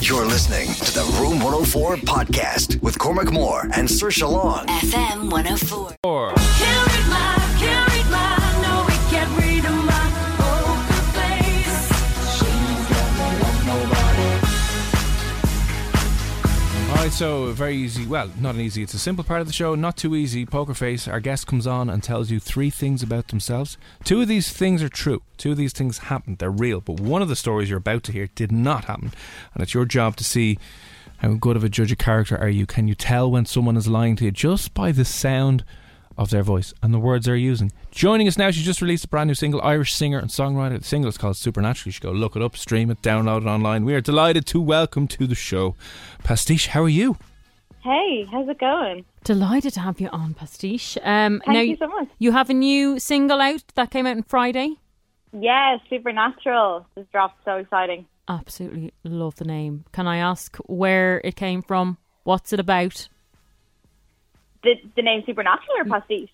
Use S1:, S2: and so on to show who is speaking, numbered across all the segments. S1: You're listening to the Room 104 podcast with Cormac Moore and Sir Long.
S2: FM 104.
S3: Can't read my, can't read my, no, we can't read my poker face.
S4: All right, so very easy. Well, not an easy. It's a simple part of the show, not too easy. Poker face. Our guest comes on and tells you three things about themselves. Two of these things are true. Two of these things happened. They're real. But one of the stories you're about to hear did not happen, and it's your job to see how good of a judge of character are you. Can you tell when someone is lying to you just by the sound of their voice and the words they're using? Joining us now, she just released a brand new single, Irish singer and songwriter. The single is called Supernatural. You should go look it up, stream it, download it online. We are delighted to welcome to the show, Pastiche. How are you?
S5: Hey, how's it going?
S6: Delighted to have you on, Pastiche. Um,
S5: Thank
S6: now,
S5: you so much.
S6: You have a new single out that came out on Friday.
S5: Yeah, Supernatural. This dropped so exciting.
S6: Absolutely love the name. Can I ask where it came from? What's it about?
S5: The, the name Supernatural or Pastiche?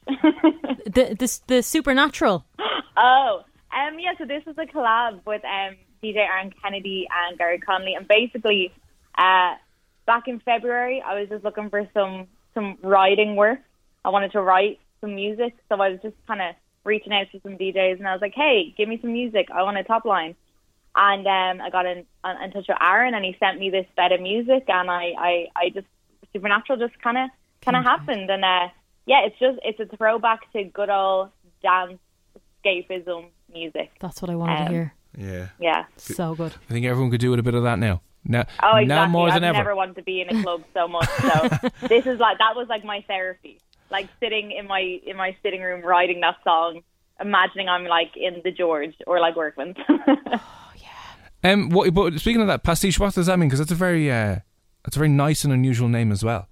S6: The the, the supernatural.
S5: oh, um, yeah, so this is a collab with um, DJ Aaron Kennedy and Gary Conley. And basically, uh, back in February, I was just looking for some, some writing work. I wanted to write some music. So I was just kind of reaching out to some DJs and I was like, hey, give me some music. I want a top line. and um, I got in, in, in touch with Aaron, and he sent me this bed of music, and I, I, I just supernatural just kind of kind of happened, and uh, yeah, it's just it's a throwback to good old dance escapism music.
S6: That's what I wanted
S5: Um,
S6: to hear.
S4: Yeah.
S5: Yeah.
S6: So good.
S4: I think everyone could do with a bit of that now. Now,
S5: Oh, exactly.
S4: now more
S5: I've
S4: than ever.
S5: never wanted to be in a club so much. So this is like that was like my therapy, like sitting in my in my sitting room writing that song, imagining I'm like in the George or like Workman's.
S4: Um, what, but speaking of that, pastiche, what does that mean? Because that's a very, uh, that's a very nice and unusual name as well.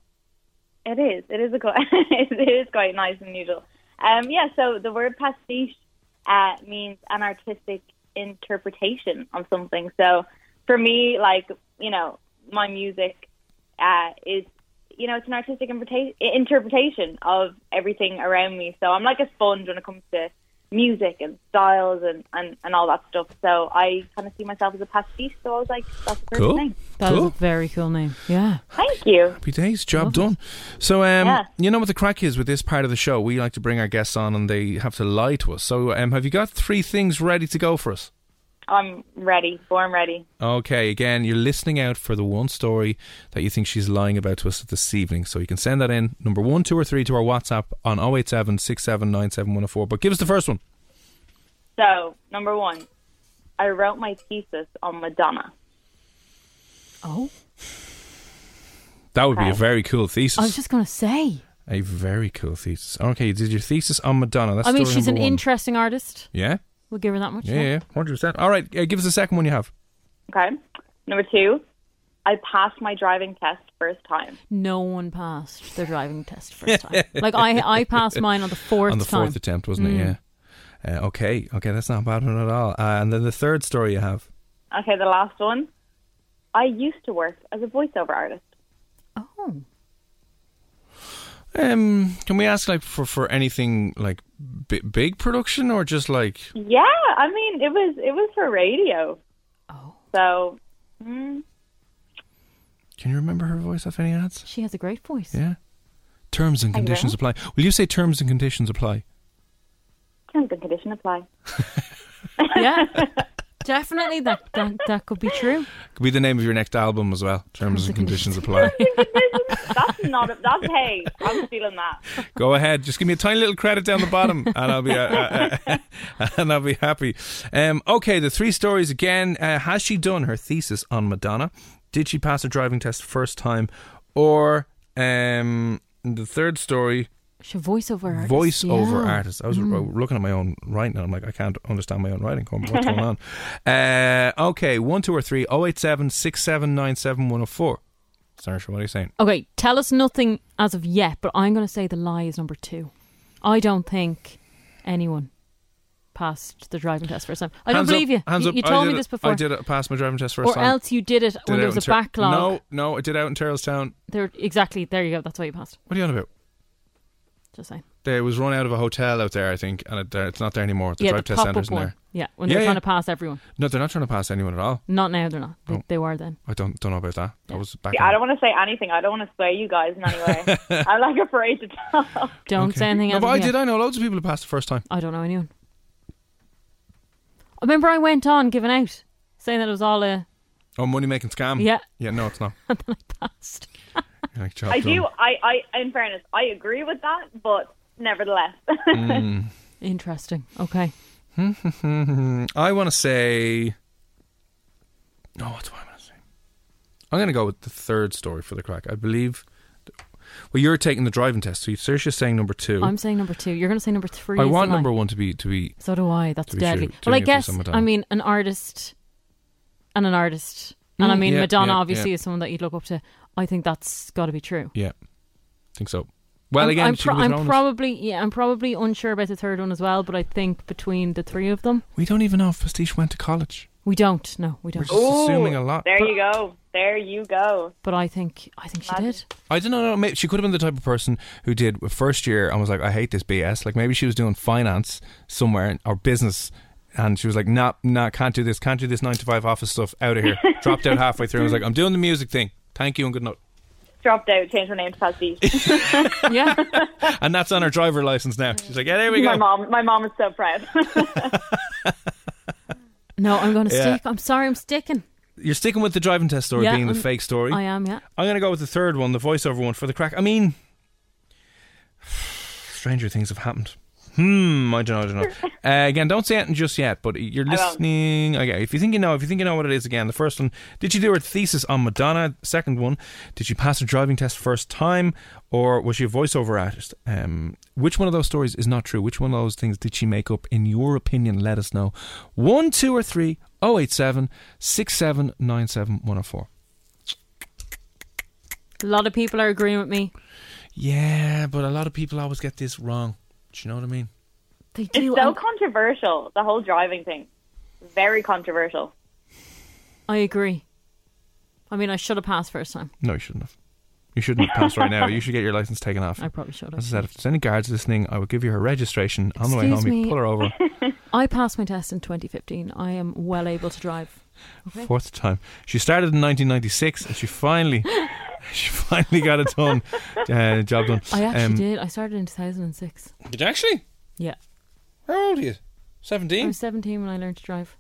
S5: It is. It is a quite, it is quite nice and unusual. Um, yeah. So the word pastiche uh, means an artistic interpretation of something. So for me, like you know, my music uh, is you know it's an artistic interpreta- interpretation of everything around me. So I'm like a sponge when it comes to music and styles and, and, and all that stuff. So I kind of see myself as a pastiche. So I was like, that's the first
S4: Cool.
S5: thing.
S6: That is
S4: Cool.
S6: a very cool name. Yeah.
S5: Thank you.
S4: Happy days, job done. So, um,
S5: Yeah.
S4: you know what the crack is with this part of the show? We like to bring our guests on and they have to lie to us. So, um, have you got three things ready to go for us?
S5: I'm ready. Born ready.
S4: Okay, again, you're listening out for the one story that you think she's lying about to us this evening. So you can send that in, number one, two, or three, to our WhatsApp on 087 6797104. But give us the first one.
S5: So, number one, I wrote my thesis on Madonna.
S6: Oh,
S4: That would be a
S5: Okay.
S4: very cool thesis.
S6: I was just gonna say.
S4: a very cool thesis. Okay, you did your thesis on Madonna. That's
S6: I mean,
S4: story
S6: she's an
S4: number one.
S6: interesting artist.
S4: Yeah,
S6: We'll give her that much.
S4: yeah, yeah, 100%. All right, uh, give us the second one you have.
S5: Okay. Number two, I passed my driving test first time.
S6: No one passed their driving test first time. like I, I passed mine on the fourth
S4: on the
S6: time. Mm.
S4: fourth attempt, wasn't it? Yeah. Uh, okay, okay, that's not a bad one at all. Uh, and then the third story you have.
S5: Okay, the last one, I used to work as a voiceover artist.
S6: oh.
S4: Um, can we ask like for for anything like bi- big production or just like
S5: Yeah, I mean, it was it was for radio.
S6: Oh.
S5: So, mm,
S4: can you remember her voice off any ads?
S6: She has a great voice.
S4: Yeah. Terms and
S5: I
S4: conditions apply. Will you say terms and conditions apply?
S5: terms and condition apply.
S6: Yeah. Definitely, that, that that could be true.
S4: Could be the name of your next album as well. Terms and conditions apply.
S5: that's not. A, that's hey. I'm stealing that.
S4: Go ahead. Just give me a tiny little credit down the bottom, and I'll be uh, uh, uh, and I'll be happy. Um, okay, the three stories again. Uh, has she done her thesis on Madonna? Did she pass her driving test first time? Or um, the third story,
S6: She's a voiceover artist.
S4: voiceover
S6: yeah. Mm.
S4: artist. I was uh, looking at my own writing and I'm like, I can't understand my own writing. Cormac. What's going on? Uh, okay, one, two, or three. oh, 087 6797 104. Saoirse, what are you saying?
S6: Okay, tell us nothing as of yet, but I'm going to say the lie is number two. I don't think anyone passed the driving test first time. I don't
S4: Hands up,
S6: believe you.
S4: Hands
S6: you.
S4: up.
S6: You
S4: I
S6: told
S4: did
S6: me
S4: it.
S6: this before.
S4: I did it. Passed my driving test first
S6: or
S4: time.
S6: else you did it
S4: Did
S6: when
S4: it
S6: there was
S4: out in
S6: a
S4: Tur-
S6: backlog.
S4: No, no, I did out in Turlestown.
S6: There, exactly. There you go. That's why you passed.
S4: What are you on about?
S6: Just saying.
S4: There was run out of a hotel out there, I think, and it, uh, it's not there anymore. The
S6: yeah,
S4: drive
S6: the
S4: test
S6: pop
S4: center's
S6: up
S4: in
S6: one.
S4: there.
S6: Yeah, when
S4: Yeah,
S6: they're trying to
S4: yeah.
S6: pass everyone.
S4: No, they're not trying to pass anyone at all.
S6: Not now. They're not. They,
S4: Oh.
S6: they were then.
S4: I don't don't know about that. That was back.
S5: Yeah, I
S4: in-
S5: don't want to say anything. I don't want to sway you guys in any way. I'm like afraid to tell.
S6: Don't
S4: Okay.
S6: say anything
S4: No,
S6: else.
S4: but I
S6: yeah.
S4: did. I know loads of people who passed the first time.
S6: I don't know anyone. I remember I went on giving out, saying that it was all uh, a
S4: Oh, money making scam.
S6: Yeah.
S4: Yeah. No, it's not.
S6: past.
S4: You're like, job
S5: I
S4: done.
S5: do. I, I. In fairness, I agree with that, but nevertheless,
S6: Interesting. Okay.
S4: I want to say. No, what's what I'm going to say? I'm going to go with the third story for the crack. I believe. Well, you're taking the driving test, so you- Saoirse's saying number 2
S6: I'm saying number two. You're going to say number three.
S4: I
S6: is the
S4: want
S6: lie.
S4: number one to be to be.
S6: So do I. That's
S4: To be
S6: deadly.
S4: true, to
S6: well, I
S4: me, if there's
S6: guess
S4: some Madonna.
S6: I mean an artist, and an artist, and I
S4: Mm,
S6: mean
S4: yeah,
S6: Madonna
S4: yeah,
S6: obviously
S4: yeah.
S6: is someone that you'd look up to. I think that's got to be true.
S4: Yeah, think so. Well,
S6: I'm,
S4: again,
S6: I'm,
S4: she
S6: pro-
S4: was an
S6: I'm
S4: honest-
S6: probably yeah, I'm probably unsure about the third one as well. But I think between the three of them,
S4: we don't even know if Pastiche went to college.
S6: we don't. No, we don't.
S4: We're just assuming a lot.
S5: there you go. There you go.
S6: But I think I think she did.
S4: I don't know. Maybe she could have been the type of person who did a first year and was like, "I hate this BS." Like maybe she was doing finance somewhere or business, and she was like, "Nah, nah, can't do this. Can't do this nine to five office stuff. Out of here." Dropped out halfway through. and was like, "I'm doing the music thing. Thank you and good night."
S5: Dropped out. Changed my name to Pastiche.
S6: Yeah,
S4: And that's on her driver license now. She's like, "Yeah, there we
S5: my
S4: go."
S5: mom. My mom is so proud.
S6: No, I'm going to
S4: Yeah.
S6: stick. I'm sorry, I'm sticking.
S4: You're sticking with the driving test story
S6: Yeah,
S4: being the
S6: I'm-
S4: fake story.
S6: I am, yeah.
S4: I'm going to go with the third one, the voiceover one for the crack. I mean, stranger things have happened. Hmm, I don't know, I don't know. Uh, again, don't say anything just yet, but you're
S5: won't.
S4: listening. Okay, if you think you know, if you think you know what it is, again, the first one, did she do her thesis on Madonna? Second one, did she pass her driving test first time, or was she a voiceover artist? Um, which one of those stories is not true? Which one of those things did she make up? In your opinion, let us know. One, two, or three. 087 6797 104.
S6: A lot of people are agreeing with me.
S4: Yeah, but a lot of people always get this wrong. Do you know what I mean?
S6: They do.
S5: it's so
S6: and
S5: controversial. The whole driving thing. Very controversial.
S6: I agree. I mean, I should have passed first time.
S4: No, you shouldn't have. You shouldn't have passed right now. You should get your license taken off.
S6: I probably should
S4: As I
S6: have.
S4: said, if there's any guards listening, I will give you her registration on the way home.
S6: Excuse
S4: You
S6: me.
S4: pull her over
S6: I passed my test in 2015. I am well able to drive.
S4: fourth time. She started in 1996, and she finally, she finally got it done, uh, job done.
S6: I actually
S4: Um,
S6: did. I started in 2006.
S4: Did you actually?
S6: Yeah,
S4: How old are you?
S6: I
S4: Seventeen.
S6: was 17 when I learned to drive.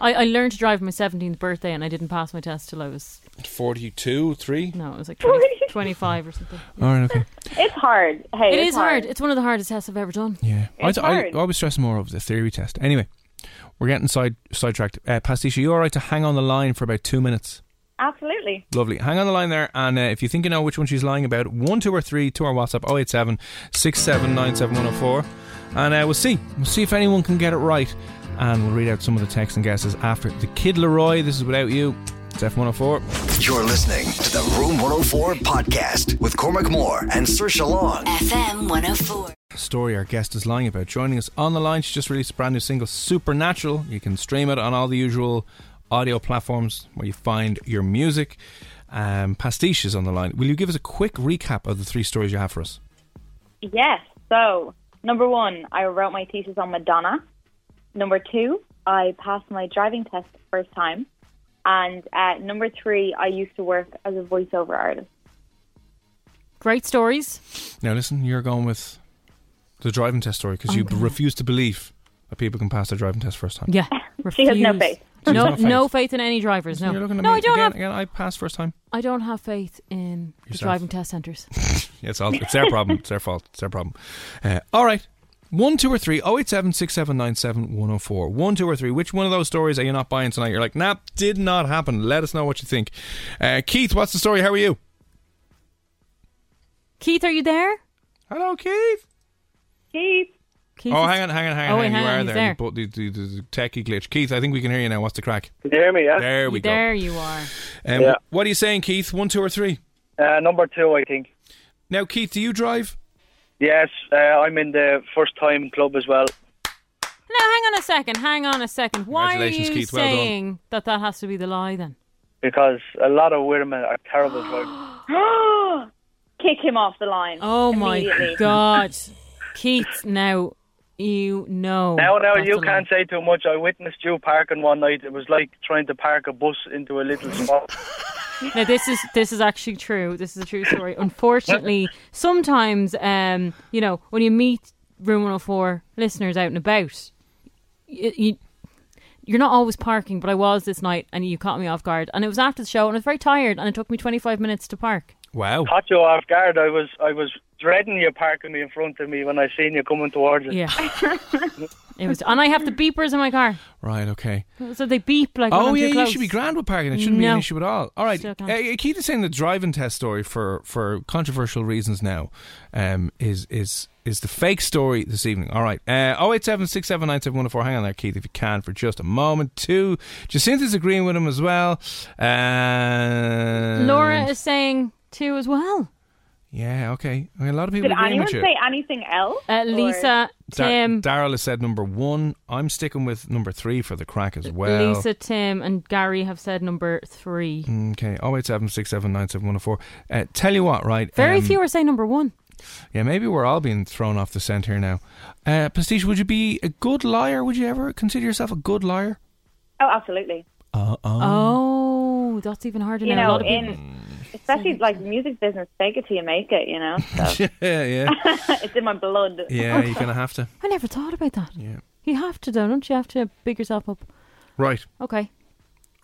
S6: I, I learned to drive on my 17th birthday, and I didn't pass my test till I was
S4: Forty-two. Three.
S6: no, it was like 20, 25 or something.
S4: All right. Okay.
S5: It's hard. Hey,
S6: It
S5: it's
S6: is hard. It's one of the hardest tests I've ever done.
S4: Yeah, I,
S5: It's
S4: I,
S5: hard.
S4: I was stressing more over the theory test. Anyway, we're getting side sidetracked. Uh, Pastiche, you all right to hang on the line for about two minutes?
S5: Absolutely.
S4: Lovely. Hang on the line there, and uh, if you think you know which one she's lying about, one, two, or three to our WhatsApp 087 6797104. And uh, we'll see. We'll see if anyone can get it right. And we'll read out some of the texts and guesses after. The Kid Leroy, this is without you. It's F104.
S1: You're listening to the Room 104 podcast with Cormac Moore and Sir Long.
S2: FM 104.
S4: story our guest is lying about. Joining us on the line, she just released a brand new single, Supernatural. You can stream it on all the usual audio platforms where you find your music. Um, Pastiche is on the line. Will you give us a quick recap of the three stories you have for us?
S5: Yes. So, number one, I wrote my thesis on Madonna. Number two, I passed my driving test first time. And uh, number three, I used to work as a voiceover artist.
S6: Great stories.
S4: Now, listen, you're going with the driving test story because you
S6: Okay.
S4: refuse to believe that people can pass their driving test first time.
S6: Yeah,
S5: She has no
S6: refuse.
S5: faith.
S4: She's
S6: no,
S4: not faith.
S6: no faith in any drivers. No,
S4: You're looking at
S6: no,
S4: me.
S6: I don't
S4: again,
S6: have.
S4: again, I passed first time.
S6: I don't have faith in the
S4: Yourself.
S6: driving test centres.
S4: Yeah, it's, all, it's their problem. It's their fault. It's their problem. Uh, all right. One, two, or three. oh, 087 6797 104. One, two, or three. Which one of those stories are you not buying tonight? You're like, nah, did not happen. Let us know what you think. Uh, Keith, what's the story? How are you?
S6: Keith, are you there?
S4: Hello, Keith.
S5: Keith,
S6: Keith
S4: oh,
S6: is-
S4: hang on, hang on, hang
S6: Oh,
S4: on.
S6: wait,
S4: hang
S6: hang
S4: on. You
S6: on,
S4: are
S6: he's
S4: there.
S6: there.
S4: You put the, the, the techie glitch. Keith, I think we can hear you now. What's the crack?
S2: Can you hear me, yeah?
S4: There we
S6: there you are.
S4: go. Um,
S2: Yeah.
S4: What are you saying, Keith? One, two, or three?
S2: Uh, number two, I think.
S4: Now, Keith, do you drive?
S2: Yes, uh, I'm in the first time club as well.
S6: No, hang on a second. Hang on a second. Why are
S4: Congratulations,
S6: you
S4: Keith, well done.
S6: saying that that has to be the lie then?
S2: Because a lot of women are terrible drivers.
S5: kick him off the line.
S6: Oh my
S5: immediately.
S6: God, Keith! Now you know.
S2: Now, now
S6: that's a
S2: you
S6: lie.
S2: can't say too much. I witnessed you parking one night. It was like trying to park a bus into a little spot.
S6: Now this is this is actually true. This is a true story. Unfortunately, sometimes um, you know when you meet Room 104 listeners out and about, you, you you're not always parking. But I was this night, and you caught me off guard. And it was after the show, and I was very tired, and it took me 25 minutes to park.
S4: Wow.
S2: Caught you off guard. I was, I was dreading you parking me in front of me when I seen you coming towards it.
S6: Yeah, it was, and I have the beepers in my car,
S4: Right, okay.
S6: so they beep like. when
S4: oh
S6: I'm
S4: yeah,
S6: too close.
S4: you should be grand with parking. It shouldn't be an
S6: No.
S4: issue at all. All right,
S6: Still
S4: uh,
S6: can't.
S4: Keith is saying the driving test story for for controversial reasons now um, is is is the fake story this evening. All right, oh eight seven six seven nine seven one oh four. Hang on there, Keith, if you can for just a moment. Two, Jacinta's agreeing with him as well. And
S6: Laura is saying too as well.
S4: yeah, okay. I mean, a lot of people
S5: Did
S4: agree
S5: anyone
S4: with you.
S5: say anything else?
S6: Uh,
S5: Or-
S6: Lisa,
S4: Dar-
S6: Tim,
S4: Daryl has said number one. I'm sticking with number three for the crack as well.
S6: Lisa, Tim, and Gary have said number three.
S4: Okay, oh eight seven six seven nine seven one zero four. Uh, tell you what, right?
S6: Very
S4: um,
S6: few are saying number one.
S4: Yeah, maybe we're all being thrown off the scent here now. Uh, Pastiche, would you be a good liar? Would you ever consider yourself a good liar?
S5: Oh, absolutely.
S4: Uh
S6: Oh, that's even harder
S5: you
S6: now. a
S5: know,
S6: lot of people.
S5: in especially like music business, fake it till you make it. You know, so
S4: yeah, yeah,
S5: it's in my blood.
S4: yeah. You're gonna have to.
S6: I never thought about that.
S4: Yeah.
S6: You have to, though, don't you? Have to big yourself up.
S4: Right.
S6: Okay.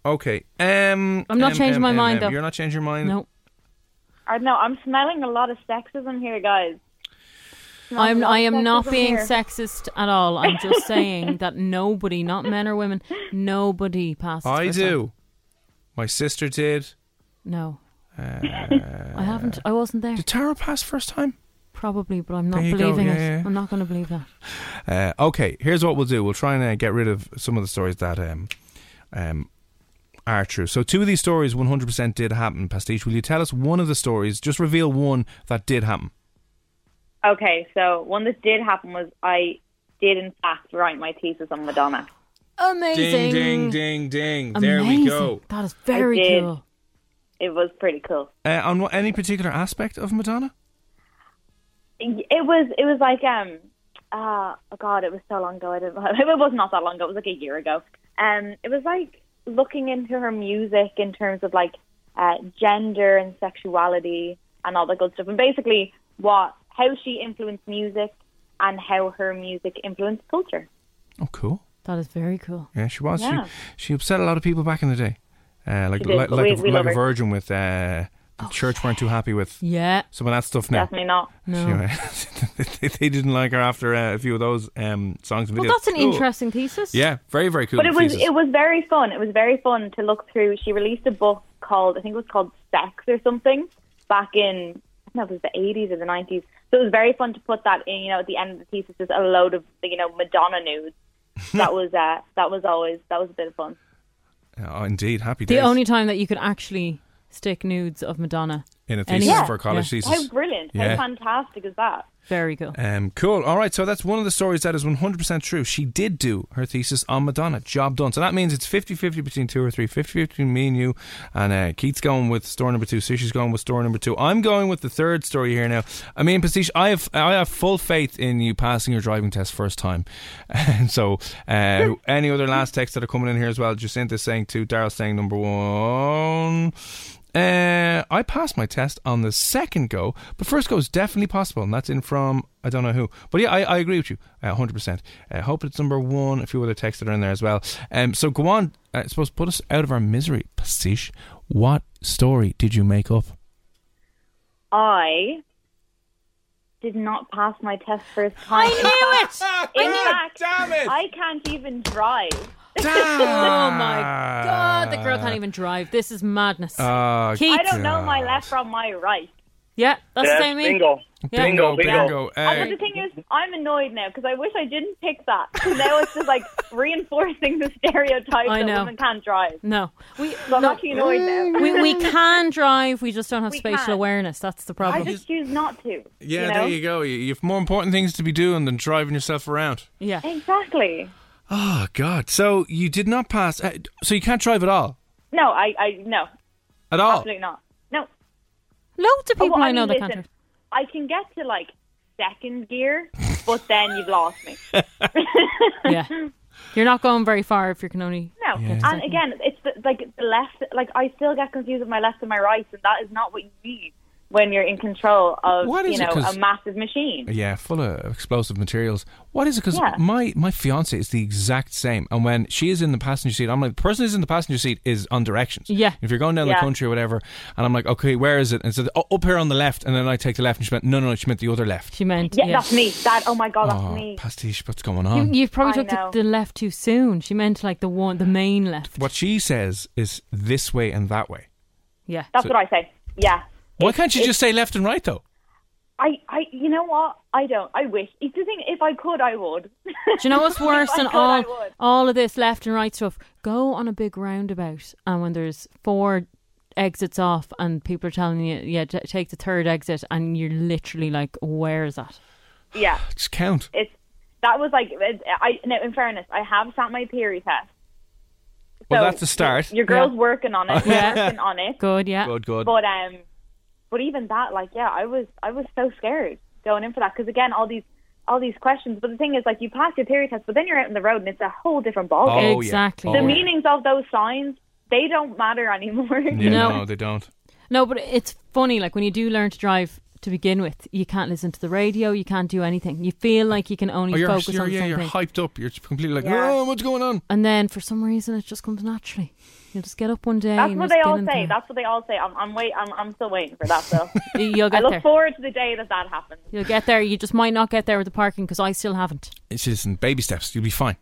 S4: Okay. Um.
S6: I'm not
S4: um,
S6: changing
S4: um,
S6: my
S4: um,
S6: mind,
S4: um,
S6: though.
S4: You're not changing your mind.
S6: No,
S5: I don't know. I'm smelling a lot of sexism here, guys. Smells
S6: I'm.
S5: a lot
S6: I
S5: of
S6: am not
S5: sexism
S6: being
S5: here.
S6: sexist at all. I'm just saying that nobody, not men or women, nobody passes.
S4: I
S6: first time.
S4: do. My sister did.
S6: No.
S4: Uh,
S6: I haven't. I wasn't there.
S4: Did Tara pass first time?
S6: Probably, but I'm not
S4: There you go,
S6: believing
S4: yeah,
S6: it.
S4: yeah.
S6: I'm not going to believe that.
S4: Uh, okay, here's what we'll do. We'll try and uh, get rid of some of the stories that um, um, are true. So, two of these stories 100% did happen. Pastiche, will you tell us one of the stories? Just reveal one that did happen.
S5: Okay, so one that did happen was I did in fact write my thesis on Madonna.
S6: Amazing.
S4: ding, ding.
S6: Amazing. That is
S5: I
S6: very
S5: did.
S6: cool.
S5: It was pretty cool.
S4: Uh, on what, any particular aspect of Madonna?
S5: It was it was like um uh, oh god, it was so long ago. I didn't. It was not that long ago. It was like a year ago. Um, it was like looking into her music in terms of like uh, gender and sexuality and all that good stuff, and basically what how she influenced music and how her music influenced culture.
S4: Oh, cool.
S6: That is very cool.
S4: Yeah, she was.
S5: Yeah.
S4: She, she upset a lot of people back in the day. Uh, like
S5: She did,
S4: like,
S5: but
S4: like,
S5: we-
S4: a,
S5: we
S4: like
S5: love
S4: a
S5: her. Oh,
S4: virgin with uh, the church weren't too happy with
S6: Yeah.
S4: some of that stuff now.
S5: Definitely not.
S6: No.
S4: She- they- they didn't like her after uh, a few of those um, songs and videos.
S6: Well, that's an
S4: Cool.
S6: interesting thesis.
S4: Yeah, very very cool.
S5: But it was
S4: thesis.
S5: it was very fun. It was very fun to look through. She released a book called I think it was called Sex or something back in I don't know if it was the eighties or the nineties. So it was very fun to put that in. You know, at the end of the thesis, just a load of you know Madonna nudes. that was uh, that was always that was a bit of fun.
S4: oh, indeed happy
S6: The
S4: days
S6: only time that you could actually stick nudes of Madonna.
S4: in a
S6: any-
S4: thesis
S5: Yeah.
S4: for a college
S5: How
S4: thesis.
S5: brilliant! How
S4: Yeah.
S5: fantastic is that?
S6: Very cool.
S4: Um, cool. All right, so that's one of the stories that is 100% true. She did do her thesis on Madonna. Job done. So that means it's 50 50 between two or three. 50 between me and you. And uh, Keith's going with story number two. Sushi's going with story number two. I'm going with the third story here now. I mean, Pastiche, I have I have full faith in you passing your driving test first time. And so, uh, any other last texts that are coming in here as well? Jacinta saying two, Daryl saying number one. Uh, I passed my test on the second go, but first go is definitely possible, and that's in from I don't know who. But yeah, I, I agree with you, uh, 100%. I uh, hope it's number one. A few other texts that are in there as well. Um, so go on, I suppose, put us out of our misery, Pasish. What story did you make up?
S5: I did not pass my test first time.
S6: I knew it!
S5: In
S4: God
S5: fact,
S4: damn it!
S5: I can't even drive.
S4: Ah.
S6: Oh my god, the girl can't even drive. This is madness.
S4: Ah,
S6: Keith,
S5: I don't know my left from my right.
S6: yeah, that's
S2: Yes,
S6: the same thing.
S2: bingo.
S6: Yeah.
S4: bingo,
S2: Bingo.
S4: bingo.
S5: And
S4: Uh,
S5: but the thing is, I'm annoyed now because I wish I didn't pick that. 'Cause now it's just like reinforcing the stereotype
S6: I
S5: that
S6: know.
S5: women can't drive.
S6: No, we
S5: So I'm
S6: no,
S5: actually annoyed now.
S6: we, we can drive. We just don't have
S5: We
S6: spatial
S5: can.
S6: awareness. That's the
S5: I
S6: problem.
S5: just choose not to.
S4: yeah,
S5: you know?
S4: there you go. You- You've more important things to be doing than driving yourself around.
S6: yeah,
S5: Exactly.
S4: Oh God! So you did not pass. Uh, so you can't drive at all,
S5: No, I, I no,
S4: at all.
S5: absolutely not. No.
S6: loads of people
S5: Oh, well,
S6: I know that
S5: mean,
S6: can't
S5: listen,
S6: drive.
S5: I can get to like second gear, but then you've lost me.
S6: Yeah, you're not going very far if you can only.
S5: No, and again, it's the, like the left. Like I still get confused with my left and my right, and that is not what you need when you're in control of
S4: What
S5: you
S4: is it,
S5: know
S4: 'cause-
S5: a massive machine.
S4: Yeah, full of explosive materials. What is it? Because
S5: Yeah.
S4: my my fiance is the exact same, and when she is in the passenger seat, I'm like, the person who's in the passenger seat is on directions.
S6: Yeah.
S4: If you're going down the
S5: Yeah.
S4: country or whatever, and I'm like, okay, where is it? And so oh, up here on the left, and then I take the left, and she went, no, no, no she meant the other left.
S6: She meant
S5: Yeah, that's me. That oh my god, that's
S4: Oh,
S5: me.
S4: pastiche, what's going
S6: You,
S4: on?
S6: you've probably
S5: I
S6: took the,
S5: know.
S6: the left too soon. She meant like the one, the main left.
S4: what she says is this way and that way.
S6: Yeah,
S5: That's what I say. Yeah.
S4: Why
S5: It's-
S4: can't you
S5: it's-
S4: just say left and right though?
S5: I, I, you know what? I don't. I wish. It's the thing. If I could, I would.
S6: Do you know what's worse
S5: I
S6: than
S5: could, I
S6: all
S5: would.
S6: all of this left and right stuff? Go on a big roundabout, and when there's four exits off, and people are telling you, "Yeah, t- take the third exit," and you're literally like, "Where is that?"
S5: yeah.
S4: Just count.
S5: It's that was like it- I. No, in fairness, I have sat my theory test.
S4: Well,
S5: So,
S4: that's a start.
S5: Your girl's
S6: Yeah.
S5: working on it.
S6: Yeah.
S5: Working on it.
S6: Good, yeah.
S4: Good, good.
S5: But um, but even that, like, yeah, I was I was so scared going in for that because again, all these all these questions. But the thing is, like, you pass your theory test, but then you're out on the road and it's a whole different ballgame.
S4: Oh, yeah.
S6: Exactly.
S4: Oh,
S5: the
S4: yeah.
S5: meanings of those signs they don't matter anymore.
S4: Yeah,
S6: No.
S4: no, they don't.
S6: No, but it's funny. Like when you do learn to drive to begin with, you can't listen to the radio. You can't do anything. You feel like you can only
S4: Oh, you're,
S6: focus
S4: you're,
S6: on
S4: yeah,
S6: something.
S4: you're hyped up. You're just completely like,
S5: Yeah.
S4: oh, what's going on?
S6: and then for some reason, it just comes naturally. You'll just get up one day.
S5: That's
S6: and
S5: what
S6: just
S5: they
S6: get
S5: all
S6: into
S5: say.
S6: it.
S5: That's what they all say. I'm I'm wait I'm I'm still waiting for that though.
S6: You'll
S5: I
S6: get
S5: look
S6: there.
S5: forward to the day that that happens.
S6: You'll get there. You just might not get there with the parking because I still haven't.
S4: It's just in baby steps. You'll be fine.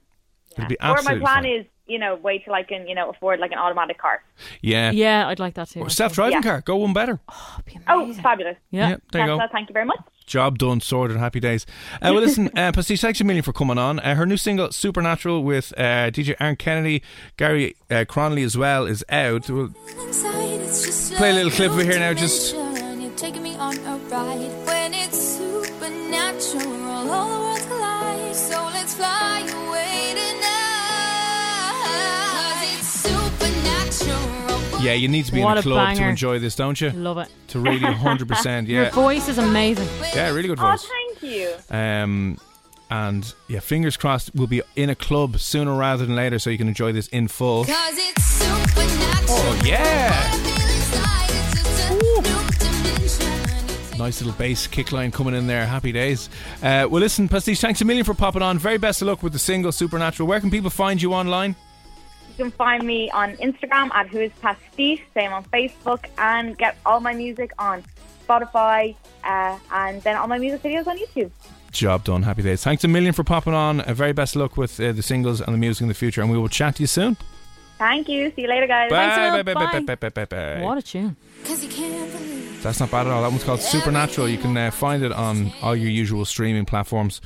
S4: It'll be
S5: Or my
S4: absolutely
S5: plan
S4: fine.
S5: is, you know, wait till I can, you know, afford like an automatic car.
S4: yeah.
S6: Yeah, I'd like that too.
S4: Or
S6: actually.
S4: self-driving
S5: Yeah.
S4: car. Go one better.
S6: That'd be
S5: Oh,
S6: amazing.
S5: fabulous!
S6: yeah.
S4: there you go.
S5: Tesla, thank you very much.
S4: Job done, sorted, happy days. Uh, well, listen, uh, Pastiche, thanks a million for coming on. Uh, her new single, Supernatural, with uh, DJ Aaron Kennedy, Gary uh, Cronley as well, is out. Well,
S3: Play a little clip over here now, just. Taking me on a ride when it's supernatural, all the worlds collide. So let's fly away tonight. 'Cause it's supernatural.
S4: yeah, you need to be
S6: What
S4: in
S6: a
S4: a club to
S6: banger.
S4: enjoy this, don't you?
S6: Love it.
S4: To really 100%.
S6: Your
S4: Yeah,
S6: voice is amazing.
S4: yeah really good
S5: Oh,
S4: voice.
S5: thank you.
S4: Um, and yeah, fingers crossed, we'll be in a club sooner rather than later so you can enjoy this in full.
S3: 'Cause it's supernatural.
S4: Oh, yeah.
S3: What I feel inside is just a new dimension.
S4: Nice little bass kick line coming in there. Happy days. Uh, well, listen, Pastiche, thanks a million for popping on. Very best of luck with the single Supernatural. Where can people find you online?
S5: You can find me on Instagram at Who Is Pastiche, same on Facebook, and get all my music on Spotify, uh, and then all my music videos on YouTube.
S4: Job done. Happy days. Thanks a million for popping on. Uh, very best of luck with uh, the singles and the music in the future. And we will chat to you soon.
S5: Thank you. See you later, guys.
S4: Bye,
S6: Thanks a
S4: bye,
S6: million.
S4: bye, bye, bye,
S6: Bye.
S4: bye, bye, bye.
S6: What a tune.
S3: 'Cause you can't believe.
S4: That's not bad at all. That one's called Supernatural. You can uh, find it on all your usual streaming platforms.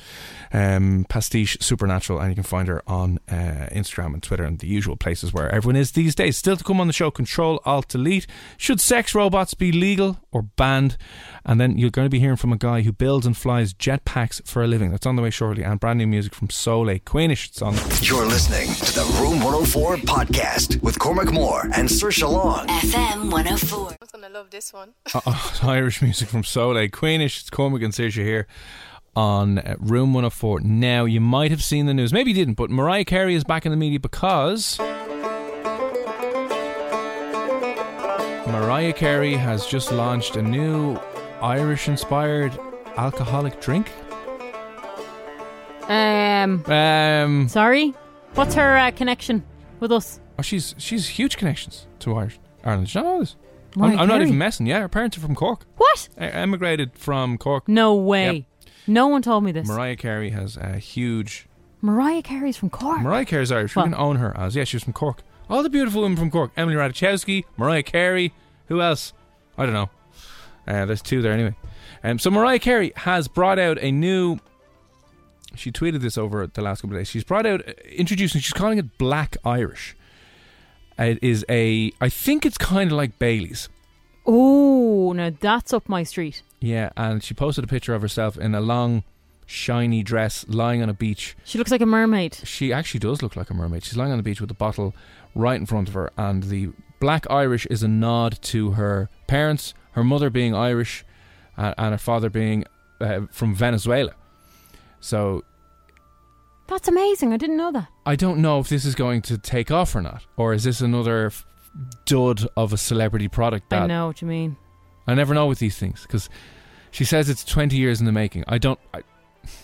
S4: Um, Pastiche Supernatural, and you can find her on uh, Instagram and Twitter and the usual places where everyone is these days. Still to come on the show: Control Alt Delete. Should sex robots be legal or banned? And then you're going to be hearing from a guy who builds and flies jetpacks for a living. That's on the way shortly, and brand new music from Soleil Queenish. It's on.
S1: You're listening to the Room 104 podcast with Cormac Moore and Sir Long.
S7: FM 104.
S4: Oh, Irish music from Soleil. Queenish, it's Cormac and Saoirse here on uh, Room 104. Now, you might have seen the news. Maybe you didn't, but Mariah Carey is back in the media because... Mariah Carey has just launched a new Irish inspired alcoholic drink.
S6: Um,
S4: Um,
S6: sorry, what's her uh, connection with us?
S4: oh, she's she's huge connections to Irish Ireland. Did you not know this? I'm,
S6: Mariah
S4: I'm not
S6: Carey?
S4: even messing. Yeah, her parents are from Cork.
S6: What?
S4: E- Emigrated from Cork.
S6: No way.
S4: Yep.
S6: No one told me this.
S4: Mariah Carey has a huge.
S6: Mariah Carey's from Cork.
S4: Mariah Carey's Irish.
S6: Well-
S4: We can own her as. Yeah, she was from Cork. All the beautiful women from Cork. Emily Ratajkowski, Mariah Carey. Who else? I don't know. Uh, there's two there anyway. Um, so Mariah Carey has brought out a new. She tweeted this over the last couple of days. She's brought out, uh, introducing, she's calling it Black Irish. It is a. I think it's kind of like Bailey's.
S6: oh, now that's up my street.
S4: Yeah, and she posted a picture of herself in a long, shiny dress lying on a beach.
S6: She looks like a mermaid.
S4: She actually does look like a mermaid. She's lying on the beach with a bottle right in front of her, and the black Irish is a nod to her parents, her mother being Irish, uh, and her father being uh, from Venezuela. So
S6: That's amazing. I didn't know that.
S4: I don't know if this is going to take off or not, or is this another f- dud of a celebrity product that
S6: I know what you mean.
S4: I never know with these things because she says it's 20 years in the making. I don't. I,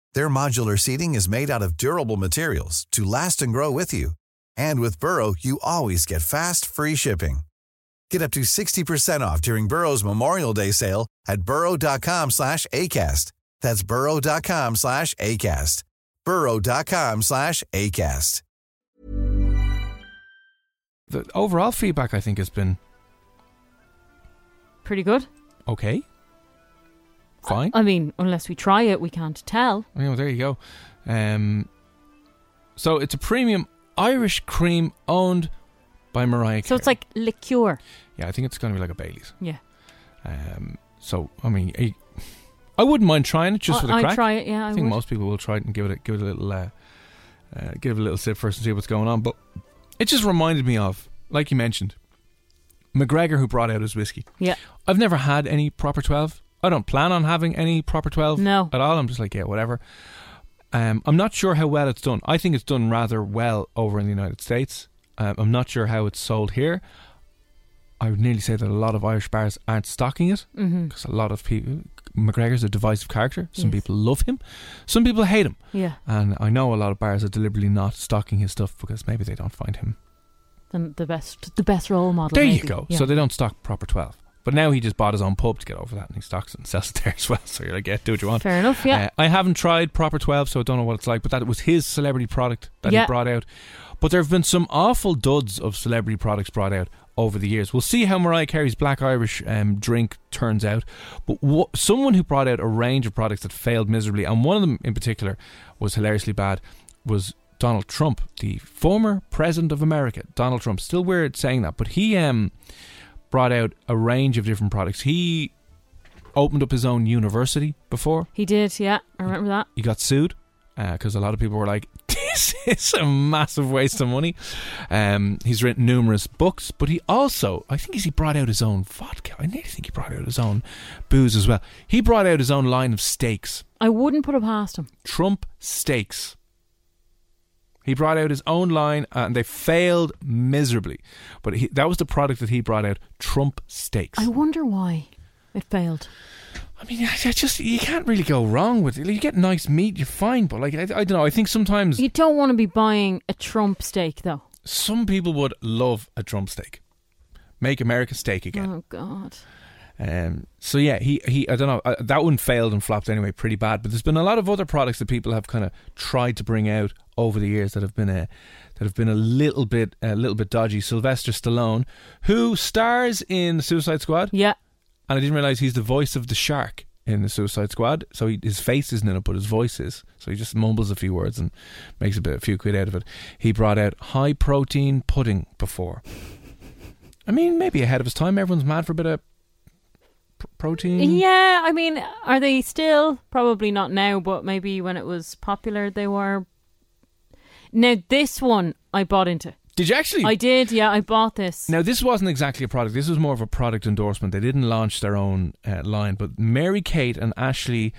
S8: Their modular seating is made out of durable materials to last and grow with you. And with Burrow, you always get fast, free shipping. Get up to 60% off during Burrow's Memorial Day sale at burrow.com slash ACAST. That's burrow.com slash ACAST. burrow.com slash ACAST.
S4: the overall feedback I think has been
S6: pretty good.
S4: okay, fine.
S6: I mean, unless we try it, we can't tell.
S4: Yeah, well, there you go. Um, so it's a premium Irish cream owned by Mariah.
S6: So it's
S4: Carey.
S6: like liqueur.
S4: yeah, I think it's going to be like a Bailey's.
S6: Yeah.
S4: Um, so I mean, I, I wouldn't mind trying it just
S6: I-
S4: for the
S6: I'd
S4: crack.
S6: try it, yeah, I
S4: think
S6: would.
S4: most people will try it and give it a, give it a little uh, uh, give it a little sip first and see what's going on. But it just reminded me of, like you mentioned, McGregor who brought out his whiskey.
S6: Yeah.
S4: I've never had any proper 12. I don't plan on having any proper 12
S6: No.
S4: at all. I'm just like, yeah, whatever. Um, I'm not sure how well it's done. I think it's done rather well over in the United States. Um, I'm not sure how it's sold here. I would nearly say that a lot of Irish bars aren't stocking it because a lot of people. McGregor's a divisive character. Some
S6: Mm-hmm. Yes.
S4: people love him, some people hate him.
S6: Yeah.
S4: And I know a lot of bars are deliberately not stocking his stuff because maybe they don't find him
S6: The, the best, the best role model.
S4: there you
S6: maybe.
S4: go.
S6: Yeah.
S4: So they don't stock proper 12. But now he just bought his own pub to get over that, and he stocks it and sells it there as well. So you're like, yeah, do what you want.
S6: Fair enough, yeah.
S4: Uh, I haven't tried Proper 12, so I don't know what it's like, but that was his celebrity product that
S6: Yeah.
S4: he brought out. But there have been some awful duds of celebrity products brought out over the years. We'll see how Mariah Carey's Black Irish um, drink turns out. But wha- someone who brought out a range of products that failed miserably, and one of them in particular was hilariously bad, was Donald Trump, the former president of America. Donald Trump, still weird saying that, but he um, brought out a range of different products. He opened up his own university before.
S6: He did, yeah. I remember that.
S4: He got sued because a lot of people were like, "This is a massive waste of money." Um, he's written numerous books, but he also, I think, is he brought out his own vodka. I nearly think he brought out his own booze as well. He brought out his own line of steaks,
S6: I wouldn't put it past him.
S4: Trump steaks. He brought out his own line, uh, and they failed miserably. But he, that was the product that he brought out: Trump steaks.
S6: I wonder why it failed.
S4: I mean, I I just you can't really go wrong with it. You get nice meat, you're fine, but like I, I don't know. I think sometimes
S6: You don't want to be buying a Trump steak, though.
S4: some people would love a Trump steak. Make America steak again.
S6: Oh, God.
S4: Um, so yeah, he he. I don't know. Uh, that one failed and flopped anyway, pretty bad. But there's been a lot of other products that people have kind of tried to bring out over the years that have been a that have been a little bit a little bit dodgy. Sylvester Stallone, who stars in Suicide Squad,
S6: Yeah.
S4: and I didn't realize he's the voice of the shark in the Suicide Squad. So he, his face isn't in it, but his voice is. So he just mumbles a few words and makes a bit, a few quid out of it. He brought out high protein pudding before. I mean, maybe ahead of his time. Everyone's mad for a bit of pr- protein.
S6: Yeah, I mean, are they still? Probably not now, but maybe when it was popular, they were. Now, this one I bought into.
S4: Did you actually?
S6: I did, yeah, I bought this.
S4: Now, this wasn't exactly a product. This was more of a product endorsement. They didn't launch their own uh, line, but Mary Kate and Ashley.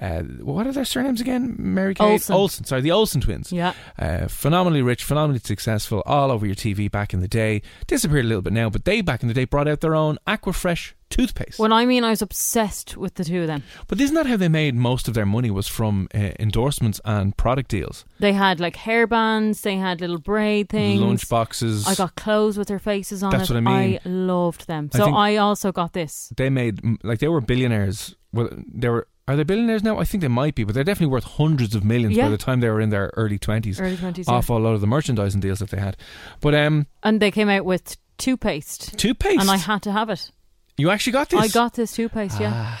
S4: Uh, what are their surnames again? Mary Kate
S6: Olsen.
S4: Sorry, the Olsen twins.
S6: Yeah.
S4: Uh, phenomenally rich, phenomenally successful, all over your TV back in the day. Disappeared a little bit now, but they back in the day brought out their own Aquafresh toothpaste.
S6: Well, I mean, I was obsessed with the two of them.
S4: but isn't that how they made most of their money? Was from uh, endorsements and product deals,
S6: They had like hair bands, they had little braid things.
S4: lunch boxes.
S6: I got clothes with their faces on
S4: That's
S6: it.
S4: what I mean.
S6: I loved them.
S4: I
S6: So
S4: think-
S6: I also got this.
S4: they made m- like they were billionaires. Well, they were. Are they billionaires now? I think they might be, but they're definitely worth hundreds of millions by
S6: Yeah.
S4: the time they were in their early twenties.
S6: Early 20s, yeah.
S4: off a lot of the merchandising deals that they had. But um,
S6: And they came out with toothpaste.
S4: toothpaste.
S6: And I had to have it.
S4: you actually got this. Ah,
S6: I got this toothpaste, yeah.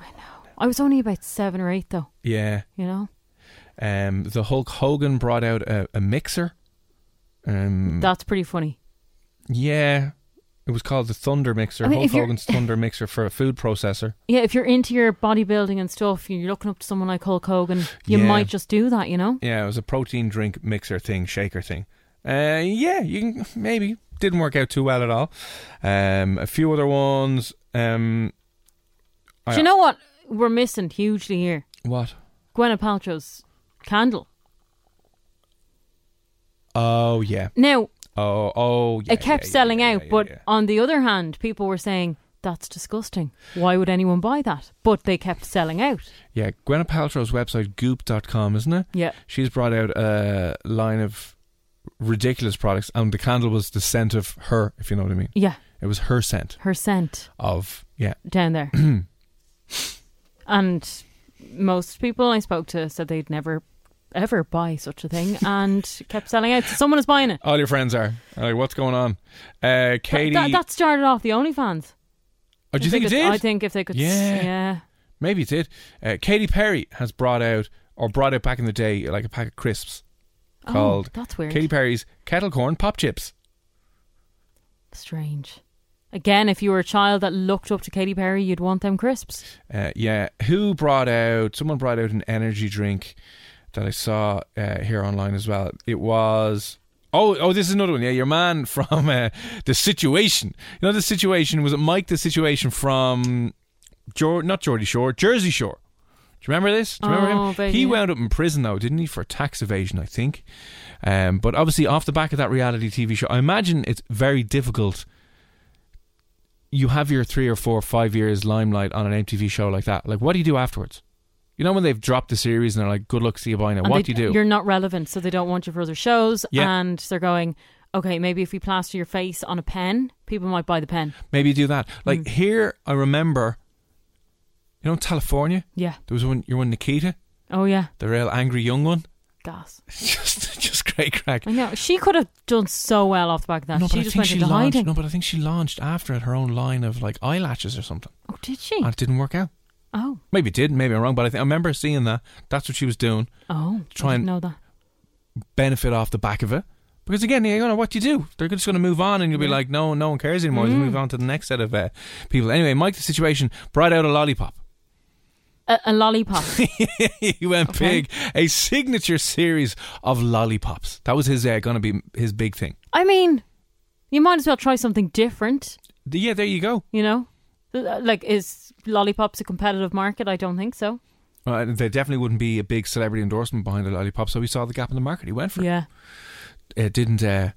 S6: I know. I was only about seven or eight, though,
S4: Yeah.
S6: you know?
S4: Um, the Hulk Hogan brought out a, a mixer. Um,
S6: That's pretty funny.
S4: yeah, it was called the Thunder Mixer.
S6: I mean,
S4: Hulk
S6: if you're-
S4: Hogan's Thunder Mixer for a food processor.
S6: Yeah, if you're into your bodybuilding and stuff, you're looking up to someone like Hulk Hogan, you
S4: Yeah.
S6: might just do that, you know?
S4: Yeah, it was a protein drink mixer thing, shaker thing. Uh, yeah, you can maybe didn't work out too well at all. Um, a few other ones. Um, I- Oh,
S6: Do you know what we're missing hugely here?
S4: what?
S6: Gwyneth Paltrow's candle.
S4: Oh yeah.
S6: Now,
S4: Oh oh. Yeah,
S6: it kept
S4: yeah, yeah,
S6: selling
S4: yeah,
S6: out,
S4: yeah,
S6: but
S4: yeah.
S6: on the other hand, people were saying, that's disgusting. Why would anyone buy that? But they kept selling out.
S4: yeah, Gwyneth Paltrow's website Goop.com, isn't it?
S6: Yeah.
S4: She's brought out a line of ridiculous products, and the candle was the scent of her. If you know what I mean.
S6: Yeah,
S4: It was her scent
S6: her scent
S4: of yeah.
S6: down there. and most people I spoke to said they'd never, ever buy such a thing and kept selling out. So someone is buying it.
S4: All your friends are like, what's going on? Uh,
S6: That-
S4: Katie,
S6: That, that started off the OnlyFans.
S4: oh, do
S6: If they
S4: you think it
S6: could-
S4: did?
S6: I think if they could.
S4: Yeah.
S6: Yeah. yeah.
S4: Maybe it did. Uh, Katy Perry has brought out, or brought out back in the day, like a pack of crisps
S6: Oh,
S4: called
S6: that's weird.
S4: Katy Perry's Kettle Corn Pop Chips.
S6: Strange. Again, if you were a child that looked up to Katy Perry, you'd want them crisps.
S4: Uh, yeah, who brought out? Someone brought out an energy drink that I saw uh, here online as well. It was. Oh, oh, this is another one. Yeah, your man from uh, the Situation. You know, the Situation was it Mike the Situation from, Jor- not Geordie Shore, Jersey Shore. Do you remember this? Do you remember
S6: Oh,
S4: him?
S6: vaguely,
S4: he
S6: yeah.
S4: wound up in prison though, didn't he, for tax evasion? I think. Um, but obviously, off the back of that reality TV show, I imagine it's very difficult you have your three or four, five years limelight on an MTV show like that. Like, what do you do afterwards? You know, when they've dropped the series and they're like, good luck, see you bye now.
S6: And
S4: What
S6: they-
S4: do you do?
S6: You're not relevant, so they don't want you for other shows.
S4: Yeah.
S6: And they're going, okay, maybe if we plaster your face on a pen, people might buy the pen.
S4: Maybe do that. Like
S6: Mm.
S4: here, I remember, you know, in California.
S6: Yeah.
S4: There was one. You one Nikita,
S6: Oh yeah,
S4: the real angry young one.
S6: gas.
S4: just, just great crack.
S6: I know she could have done so well off the back of that.
S4: No,
S6: Oh she
S4: but I
S6: just
S4: think
S6: went
S4: she
S6: into
S4: launched.
S6: hiding.
S4: No, but I think she launched after it her own line of like eyelashes or something,
S6: oh, did she?
S4: and it didn't work out.
S6: oh,
S4: Maybe it did, maybe I'm wrong, but I, think, I remember seeing that. That's what she was doing.
S6: oh,
S4: Try
S6: I didn't
S4: and-
S6: know that.
S4: Benefit off the back of it, because again, you know what do you do? They're just going to move on, and you'll be like, no, no one cares anymore.
S6: Mm.
S4: Just move on to the next set of uh, people. Anyway, Mike, the situation brought out a lollipop.
S6: A, a lollipop.
S4: he went
S6: Okay.
S4: big, a signature series of lollipops. That was his uh, going to be his big thing.
S6: I mean, you might as well try something different.
S4: The- Yeah, there you go.
S6: You know, Uh, like is lollipops a competitive market? I don't think so.
S4: Uh, there definitely wouldn't be a big celebrity endorsement behind a lollipop, so he saw the gap in the market. He went for
S6: Yeah,
S4: it. It didn't. Uh,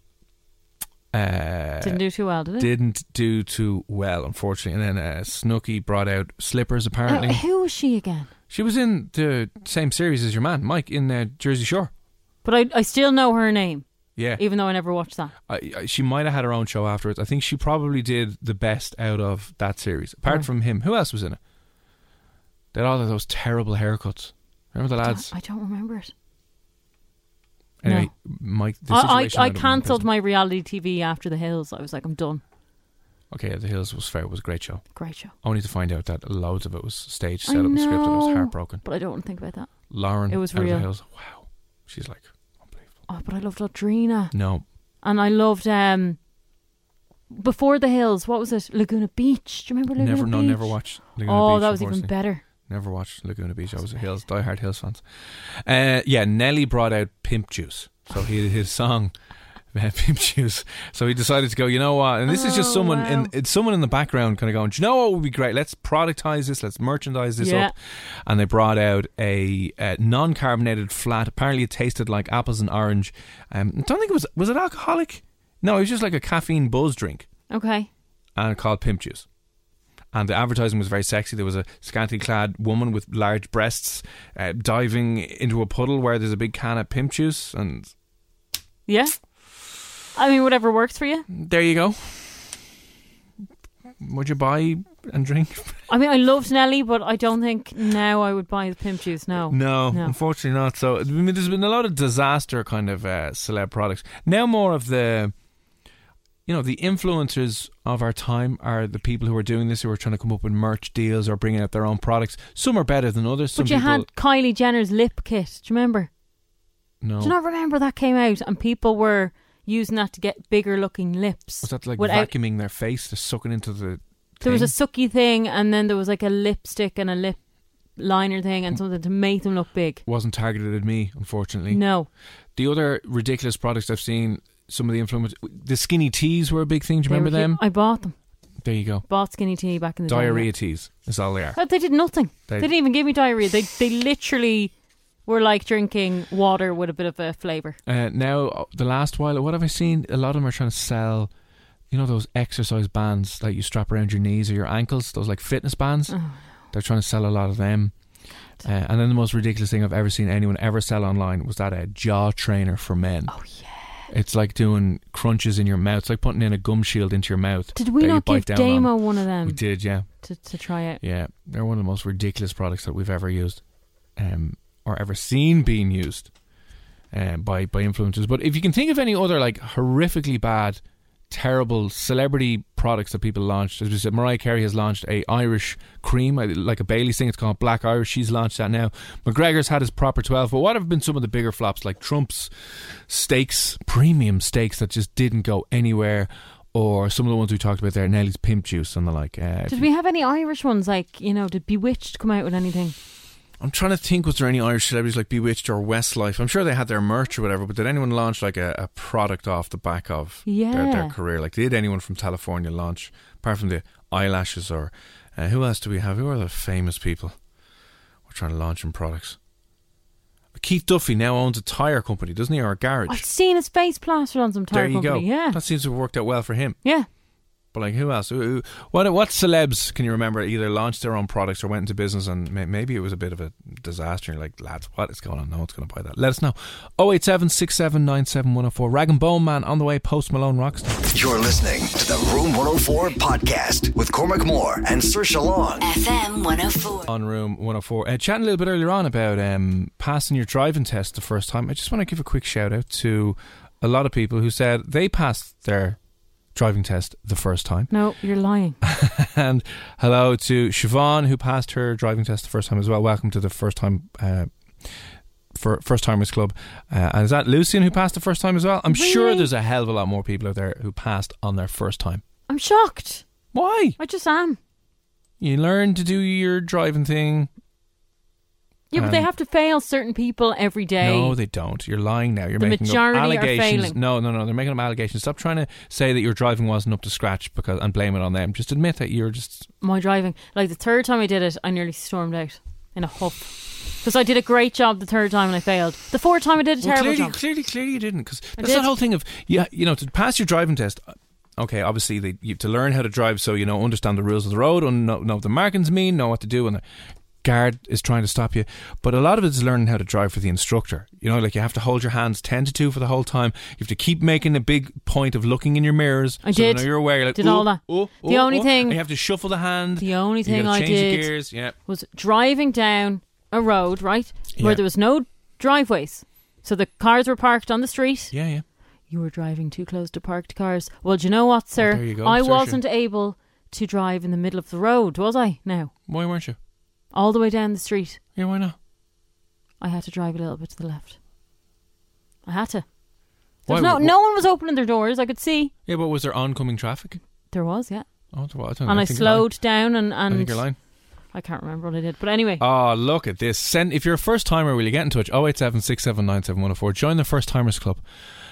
S4: uh,
S6: didn't do too well, did it?
S4: didn't do too well, unfortunately. And then uh, Snooky brought out slippers.
S6: Uh,
S4: Apparently,
S6: who was she again?
S4: she was in the same series as your man, Mike, in uh, Jersey Shore.
S6: But I, I still know her name,
S4: Yeah,
S6: even though I never watched that.
S4: I, I, she might have had her own show afterwards. I think she probably did the best out of that series. Apart
S6: Right.
S4: from him, who else was in it? They had all of those terrible haircuts. Remember the
S6: I don't-
S4: lads?
S6: I don't remember it. no.
S4: Anyway, Mike, the
S6: I,
S4: situation
S6: I, I
S4: had him in
S6: cancelled
S4: prison.
S6: my reality TV after The Hills. I was like, I'm done.
S4: Okay, The Hills was fair. It was a great show.
S6: Great show.
S4: Only to find out that loads of it was stage
S6: I
S4: set up and scripted. I was
S6: know,
S4: heartbroken.
S6: But I don't want to think about that.
S4: Lauren,
S6: It was
S4: out of
S6: real.
S4: The Hills. Wow, she's like unbelievable.
S6: Oh, but I loved Audrina.
S4: No,
S6: And I loved um Before the Hills, what was it? Laguna Beach. Do you remember Laguna
S4: never,
S6: Beach?
S4: no, never watched. Laguna
S6: oh,
S4: Beach,
S6: that was even
S4: unfortunately.
S6: better.
S4: Never watched Laguna Beach. I was a Hills, diehard Hills fans. Uh, yeah, Nelly brought out Pimp Juice. So he did his song, uh, Pimp Juice. So he decided to go, you know what? And this is just
S6: Oh,
S4: someone
S6: wow.
S4: in it's someone in the background kind of going, do you know what would be great? Let's productize this. Let's merchandise this
S6: Yeah.
S4: up. And they brought out a, uh non-carbonated flat. Apparently, it tasted like apples and orange. Um, I don't think it was was it alcoholic. No, it was just like a caffeine buzz drink
S6: Okay.
S4: and called Pimp Juice. And the advertising was very sexy. There was a scantily clad woman with large breasts uh, diving into a puddle where there's a big can of Pimp Juice, and
S6: Yeah. I mean, whatever works for you.
S4: there you go. Would you buy and drink?
S6: I mean, I loved Nelly, but I don't think now I would buy the pimp juice. No.
S4: No,
S6: No.
S4: unfortunately not. So I mean, there's been a lot of disaster kind of uh, celeb products. Now more of the, you know, the influencers of our time are the people who are doing this, who are trying to come up with merch deals or bringing out their own products. Some are better than others. Some
S6: But you
S4: people,
S6: had Kylie Jenner's lip kit. Do you remember?
S4: no.
S6: Do you not remember that came out and people were using that to get bigger looking lips?
S4: Was that like
S6: without-
S4: vacuuming their face? They're sucking into the.
S6: There was a
S4: thing?
S6: sucky thing, and then there was like a lipstick and a lip liner thing,
S4: Mm.
S6: and something to make them look big.
S4: Wasn't targeted at me, unfortunately.
S6: No,
S4: The other ridiculous products I've seen, some of the influence, the skinny teas were a big thing. Do you
S6: They
S4: remember
S6: were cute.
S4: them?
S6: I bought them.
S4: There you go.
S6: Bought skinny tea back in the
S4: Diarrhea
S6: Day.
S4: teas is all they are.
S6: Oh, they did nothing.
S4: They-
S6: They, didn't even give me diarrhea. They they literally were like drinking water with a bit of a flavour.
S4: Uh, now, uh, the last while, what have I seen? A lot of them are trying to sell, you know, those exercise bands that you strap around your knees or your ankles, those like fitness bands.
S6: Oh.
S4: They're trying to sell a lot of them. Uh, and then the most ridiculous thing I've ever seen anyone ever sell online was that a jaw trainer for men. Oh yeah. It's like doing crunches in your mouth. It's like putting in a gum shield into your mouth.
S6: Did we
S4: that you
S6: not give
S4: bite down on.
S6: Damo one of them
S4: We did, yeah,
S6: to to try it?
S4: yeah. They're one of the most ridiculous products that we've ever used, um, or ever seen being used, um, by by influencers. But if you can think of any other like horrifically bad, terrible celebrity products that people launched, as we said, Mariah Carey has launched a Irish cream, uh, like a Bailey's thing. It's called Black Irish. She's launched that now. McGregor's had his proper twelve. But what have been some of the bigger flops, like Trump's steaks, premium steaks that just didn't go anywhere. Or some of the ones we talked about there, Nelly's pimp juice and the like. Uh, if
S6: Did
S4: you-
S6: we have any Irish ones? Like you know, did Bewitched come out with anything?
S4: I'm trying to think. Was there any Irish celebrities like Bewitched or Westlife? I'm sure they had their merch or whatever, but did anyone launch like a, a product off the back of their, their
S6: Yeah.
S4: career? Like, did anyone from California launch apart from the eyelashes or uh, who else do we have? Who are the famous people? We're trying to launch in products. Keith Duffy now owns a tire company, doesn't he, or a garage?
S6: I've seen his face plastered on some Oh, tire
S4: there you
S6: company.
S4: go.
S6: Yeah,
S4: that seems to have worked out well for him.
S6: yeah.
S4: But like, who else? Who- who- What what celebs can you remember either launched their own products or went into business and may, maybe it was a bit of a disaster? You're like, lads, what is going on? No one's going to buy that. Let us know. 087 6797104. Rag and Bone Man on the way. Post Malone Rockstar.
S1: You're listening to the Room 104 podcast with Cormac Moore and Sir Long.
S9: FM 104.
S4: On Room 104. Uh, chatting a little bit earlier on about um, passing your driving test the first time. I just want to give a quick shout out to a lot of people who said they passed their driving test the first time.
S6: No, you're lying.
S4: and hello to Siobhan, who passed her driving test the first time as well. Welcome to the first time. Uh, for first timers club, uh, and is that Lucian who passed the first time as well? I'm sure
S6: Really?
S4: there's a hell of a lot more people out there who passed on their first time.
S6: I'm shocked.
S4: Why?
S6: I just am.
S4: You learn to do your driving thing.
S6: Yeah, but they
S4: Um,
S6: have to fail certain people every day.
S4: No, they don't. You're lying now. You're
S6: The
S4: making up
S6: majority are
S4: allegations.
S6: failing.
S4: No, no, no. They're making up allegations. Stop trying to say that your driving wasn't up to scratch because and blame it on them. Just admit that you're just
S6: My driving. Like the third time I did it, I nearly stormed out in a huff. Because I did a great job the third time and I failed. The fourth time I did a
S4: Well,
S6: terrible
S4: clearly,
S6: job.
S4: clearly, clearly you didn't, because
S6: I
S4: that's
S6: did.
S4: that whole thing of yeah, you know, to pass your driving test. uh, Okay, obviously they, you, to learn how to drive, so you know, understand the rules of the road, and know, know what the markings mean, know what to do, and the guard is trying to stop you. But a lot of it's learning how to drive for the instructor. You know, like you have to hold your hands ten to two for the whole time. You have to keep making a big point of looking in your mirrors.
S6: I
S4: so they
S6: did.
S4: know you're aware. You're like,
S6: Did all
S4: "Ooh,
S6: that.
S4: ooh,
S6: The
S4: ooh,
S6: only
S4: ooh."
S6: thing-
S4: And you have to shuffle the hand.
S6: The only
S4: you
S6: thing
S4: gotta
S6: I
S4: change
S6: did
S4: the gears. Yeah.
S6: was driving down a road, right?
S4: Yeah.
S6: Where there was no driveways. So the cars were parked on the street.
S4: Yeah, yeah.
S6: You were driving too close to parked cars. Well, do you know what, sir?
S4: Oh, there you go,
S6: I
S4: Saoirse.
S6: wasn't able to drive in the middle of the road, was I? Now.
S4: Why weren't you?
S6: All the way down the street.
S4: Yeah, why not?
S6: I had to drive a little bit to the left. I had to. There was
S4: Why-
S6: no,
S4: wh-
S6: no one was opening their doors. I could see.
S4: Yeah, but was there oncoming traffic?
S6: There was, yeah.
S4: Oh, well, I don't
S6: And I,
S4: think you're lying.
S6: slowed down and,
S4: I
S6: and
S4: think you're lying.
S6: I can't remember what I did. But anyway,
S4: Oh, look at this. Send if you're a first timer, will you get in touch? 087 679 oh Join the first timers club.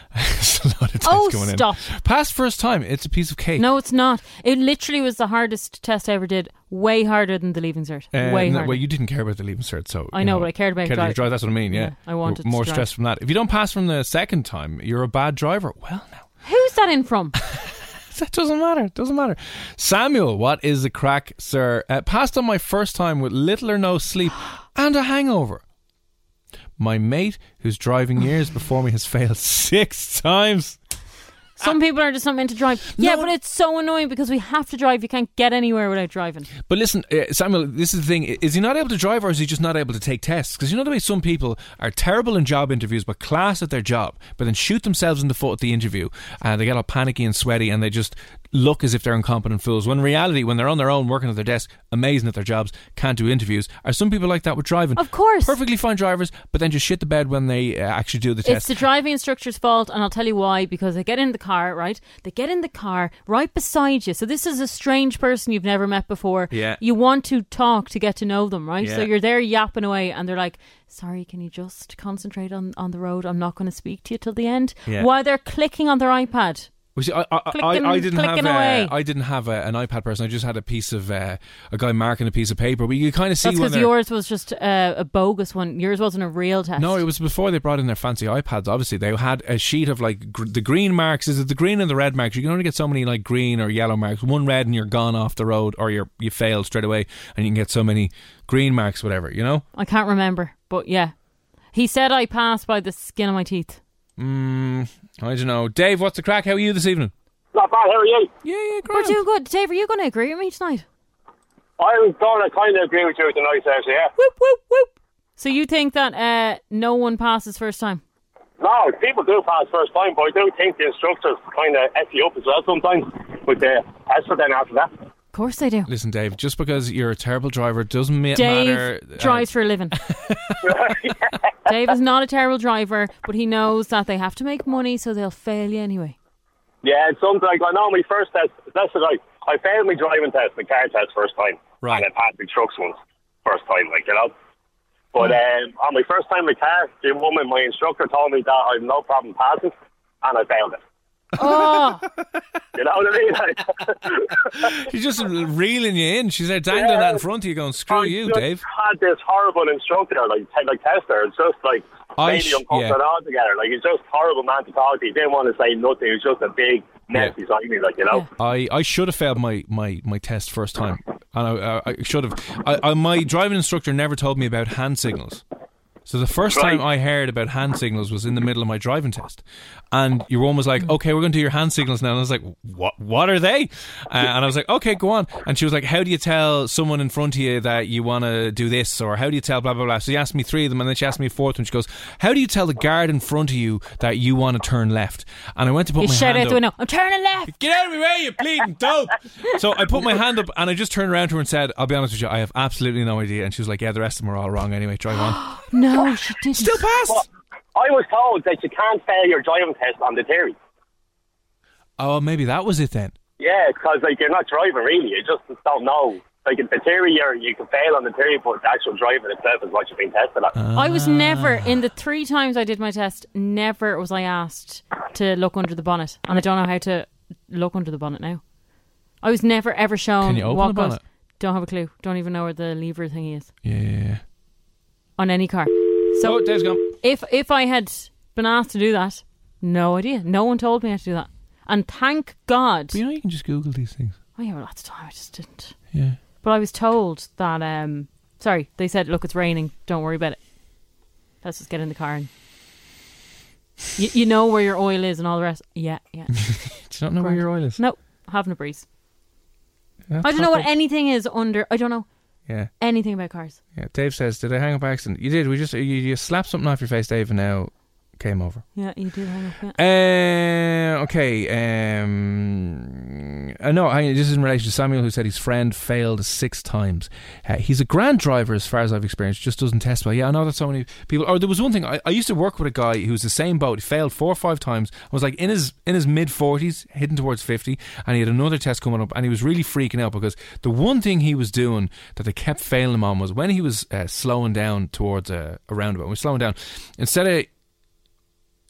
S4: There's a lot of text
S6: Oh,
S4: going
S6: stop.
S4: in. Past first time, it's a piece of cake.
S6: no, it's not. It literally was the hardest test I ever did. Way harder than the leaving cert.
S4: Uh,
S6: Way
S4: no,
S6: harder.
S4: well, you didn't care about the leaving cert, so
S6: I
S4: you
S6: know, but I cared about
S4: cared about
S6: drive-
S4: your drive. That's what I mean. Yeah,
S6: Yeah, I wanted to
S4: more
S6: drive.
S4: stress from that. If you don't pass from the second time, you're a bad driver. Well, now
S6: Who's that in from?
S4: that doesn't matter. It Doesn't matter. Samuel, what is the crack, sir? Uh, passed on my first time with little or no sleep and a hangover. My mate, who's driving years before me, has failed six times.
S6: Some people are just not meant to drive. Yeah, but it's so annoying because we have to drive. You can't get anywhere without driving.
S4: But listen, uh, Samuel, this is the thing. I- Is he not able to drive or is he just not able to take tests? Because you know the way some people are terrible in job interviews but class at their job, but then shoot themselves in the foot at the interview and they get all panicky and sweaty and they just look as if they're incompetent fools. When in reality, when they're on their own working at their desk, amazing at their jobs, can't do interviews. Are some people like that with driving?
S6: Of course.
S4: Perfectly fine drivers, but then just shit the bed when they uh, actually do the
S6: It's
S4: test.
S6: the driving instructor's fault, and I'll tell you why. Because they get in the car, right? They get in the car right beside you. So this is a strange person you've never met before.
S9: Yeah.
S6: You want to talk to get to know them, right? So
S9: Yeah.
S6: you're there yapping away, and they're like, "Sorry, can you just concentrate on on the road? I'm not going to speak to you till the end."
S4: Yeah.
S6: While they're clicking on their iPad.
S4: Well, see, I, I, I-
S6: Clicking-
S4: I didn't have
S6: clicking
S4: uh,
S6: away.
S4: I didn't have uh, an iPad person. I just had a piece of uh, a guy marking a piece of paper. But you kind of see
S6: That's
S4: when
S6: because
S4: they're
S6: yours was just uh, a bogus one. Yours wasn't a real test.
S4: No, it was before they brought in their fancy iPads. Obviously, they had a sheet of like gr- the green marks. Is it the green and the red marks? You can only get so many like green or yellow marks. One red and you're gone off the road, or you're you failed straight away, and you can get so many green marks, whatever. You know.
S6: I can't remember, but yeah, he said I passed by the skin of my teeth.
S4: Mm, I don't know. Dave, what's the crack? How are you this evening?
S10: Not bad, how are you?
S4: Yeah, yeah,
S6: We're doing good, Dave. Are you going to agree with me tonight?
S10: I was going to kind of agree with you tonight, actually, yeah.
S6: Whoop, whoop, whoop. So you think that uh, no one passes first time?
S10: No, people do pass first time, but I do think the instructors kind of F you up as well sometimes. But uh, as for then after that,
S6: Of course they do.
S4: Listen, Dave. Just because you're a terrible driver doesn't ma-
S6: Dave
S4: matter. uh,
S6: drives for a living. Dave is not a terrible driver, but he knows that they have to make money, so they'll fail you anyway.
S10: yeah, it's something like I know my first test, that's the right. I failed my driving test, my car test first time. Right. And I passed my trucks once, first time, like, you know. But
S4: Mm.
S10: um, on my first time in the car, the woman, my instructor, told me that I have no problem passing, and I failed it.
S6: Oh,
S10: You know what I mean? Like,
S4: She's just reeling you in. She's there dangling that in front of you, going, "Screw you,
S10: just
S4: Dave."
S10: had this horrible instructor, like te- like tester. It's just like
S4: I
S10: made
S4: sh-
S10: him put
S4: yeah.
S10: it all together. Like he's just horrible man to talk to. He didn't want to say nothing. He was just a big Net designing, like you know.
S4: I, I should have failed my, my, my test first time, and I, I, I should have. I, I, my driving instructor never told me about hand signals. So the first time I heard about hand signals was in the middle of my driving test, and your one was like, "Okay, we're going to do your hand signals now." And I was like, "What? What are they?" Uh, and I was like, "Okay, go on." And she was like, "How do you tell someone in front of you that you want to do this, or how do you tell blah blah blah?" So she asked me three of them, and then she asked me a fourth, and she goes, "How do you tell the guard in front of you that you want to turn left?" And I went to put
S6: You
S4: my
S6: shout
S4: hand
S6: out
S4: up.
S6: the window. I'm turning left.
S4: Get out of my way, you bleeding dope. So I put my hand up and I just turned around to her and said, I'll be honest with you, I have absolutely no idea. And she was like, Yeah, the rest of them are all wrong anyway, drive on.
S6: No, she didn't.
S4: Still passed.
S10: I was told that you can't fail your driving test on the theory.
S4: oh, maybe that was it then.
S10: Yeah, because like you're not driving really. You just don't know. Like in the theory, you're, you can fail on the theory, but the actual driving itself is what you're being tested on.
S6: I was never in the three times I did my test. Never was I asked to look under the bonnet, and I don't know how to look under the bonnet now. I was never ever shown.
S4: Can you open
S6: what
S4: the
S6: goes-
S4: bonnet?
S6: Don't have a clue. Don't even know where the lever thingy is
S4: Yeah.
S6: on any car. So
S4: oh, Dave's gone.
S6: if if I had been asked to do that, no idea. No one told me how to do that, and thank God.
S4: You know, you can just Google these things.
S6: I have lots of time. I just didn't.
S4: Yeah.
S6: But I was told that. um Sorry, they said, "Look, it's raining. Don't worry about it. Let's just get in the car and." You, you know where your oil is and all the rest. Yeah, yeah. Do
S4: you not know where your oil is?
S6: No, having a breeze. I don't know what anything is under. I don't know
S4: Yeah.
S6: anything about cars.
S4: Yeah. Dave says, Did I hang up by accident? You did. We just, you, you slapped something off your face, Dave, and now came over.
S6: Yeah, you do hang up. Yeah.
S4: Uh, okay. Um, uh, no, I, this is in relation to Samuel, who said his friend failed six times. Uh, he's a grand driver, as far as I've experienced, just doesn't test well. Yeah, I know that so many people. Or there was one thing I, I used to work with a guy who was the same boat, failed four or five times. Was like in his in his mid forties, heading towards fifty, and he had another test coming up, and he was really freaking out because the one thing he was doing that they kept failing him on was when he was uh, slowing down towards a, a roundabout. When he was slowing down, instead of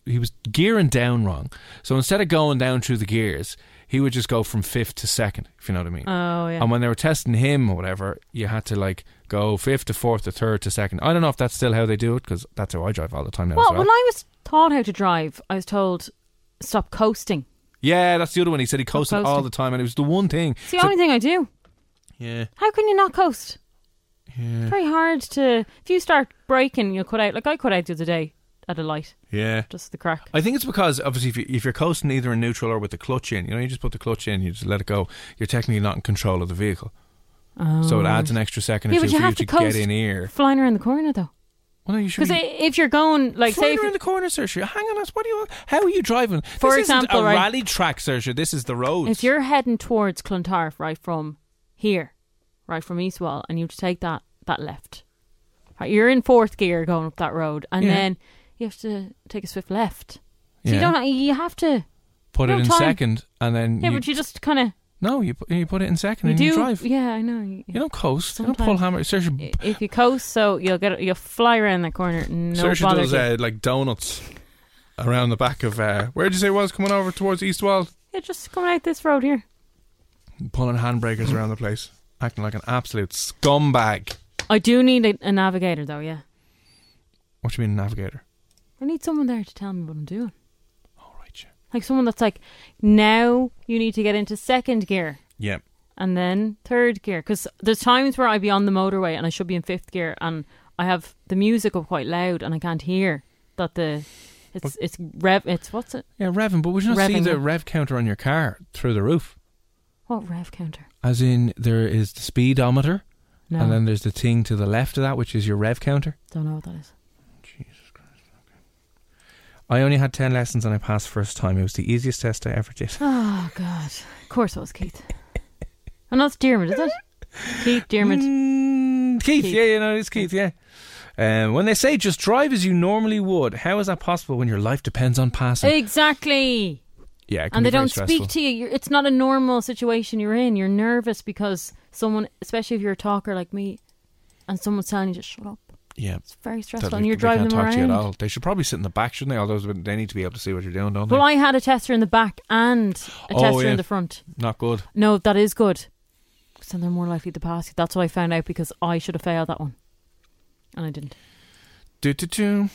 S4: he was gearing down wrong. So instead of going down through the gears, he would just go from fifth to second, if you know what I mean.
S6: Oh, yeah.
S4: And when they were testing him or whatever, you had to like go fifth to fourth to third to second. I don't know if that's still how they do it because that's how I drive all the time now.
S6: Well,
S4: as well.
S6: when I was taught how to drive, I was told stop coasting.
S4: yeah, that's the other one. He said he coasted all
S6: coasting.
S4: the time, and it was the one thing.
S6: It's the only thing I do.
S4: Yeah,
S6: How can you not coast?
S4: yeah,
S6: Very hard to. If you start braking, you'll cut out. Like I cut out the other day at a light,
S4: yeah.
S6: just the crack.
S4: I think it's because obviously if, you, if you're coasting either in neutral or with the clutch in, you know, you just put the clutch in, you just let it go. You're technically not in control of the vehicle, so it adds an extra second
S6: Mm.
S4: or
S6: Yeah,
S4: two
S6: but you
S4: for you
S6: have
S4: to
S6: to coast.
S4: get in here.
S6: Flying around the corner though,
S4: Well, no, you should
S6: because
S4: be-
S6: if you're going like say,
S4: Further
S6: if
S4: in the corner, Saoirse. Hang on, us. What are you? How are you driving?
S6: For
S4: this
S6: example,
S4: isn't a
S6: right-
S4: rally track, Saoirse. This is the road.
S6: if you're heading towards Clontarf right from here, right from Eastwall, and you take that that left, right, you're in fourth gear going up that road, and
S4: Yeah.
S6: then you have to take a swift left. So
S4: Yeah.
S6: you don't. You have to.
S4: put
S6: no
S4: it in
S6: time.
S4: second, and then
S6: Yeah,
S4: you,
S6: but you just kind of
S4: no, you put, you put it in second
S6: you
S4: and
S6: do.
S4: you drive.
S6: Yeah, I know. You,
S4: You don't coast. You don't pull
S6: Sometimes-
S4: hammer. Saoirse,
S6: I- if you coast, so you'll get you'll fly around that corner. No
S4: Saoirse
S6: bother.
S4: does
S6: to-
S4: uh, like donuts around the back of uh, where did you say it was coming over towards Eastwall,
S6: yeah, just coming out this road here.
S4: pulling handbrakers around the place, acting like an absolute scumbag.
S6: I do need a, a navigator though. Yeah,
S4: What do you mean, navigator?
S6: I need someone there to tell me what I'm doing.
S4: All right, yeah.
S6: Like someone that's like, now you need to get into second gear
S4: yeah.
S6: and then third gear because there's times where I'd be on the motorway and I should be in fifth gear and I have the music up quite loud and I can't hear that the it's it's rev it's what's it
S4: Yeah, revving, but would you not see
S6: Revving,
S4: the
S6: yeah.
S4: rev counter on your car through the roof?
S6: what rev counter
S4: As in, there is the speedometer,
S6: No.
S4: and then there's the thing to the left of that, which is your rev counter.
S6: don't know what that is
S4: I only had 10 lessons and I passed first time. It was the easiest test I ever did.
S6: oh god of course it was Keith and that's Dermot is it Keith Dermot
S4: Mm, Keith, yeah, you know, it's Keith, yeah. Um, when they say just drive as you normally would, how is that possible when your life depends on passing?
S6: exactly
S4: yeah, it can
S6: and
S4: be
S6: they
S4: very
S6: don't
S4: stressful.
S6: speak to you. You're, it's not a normal situation you're in. You're nervous because someone, especially if you're a talker like me, and someone's telling you to shut up.
S4: Yeah,
S6: It's very stressful,
S4: That
S6: and
S4: they-
S6: you're
S4: they
S6: driving
S4: can't
S6: them
S4: talk to you at
S6: around.
S4: all. They should probably sit in the back, shouldn't they? Although they need to be able to see what you're doing, don't
S6: Well, I
S4: they?
S6: had a tester in the back and a
S4: Oh,
S6: tester
S4: yeah.
S6: in the front.
S4: Not good.
S6: No, that is good. 'Cause Then they're more likely to pass you. That's what I found out because I should have failed that one, and I didn't.
S4: Do do do.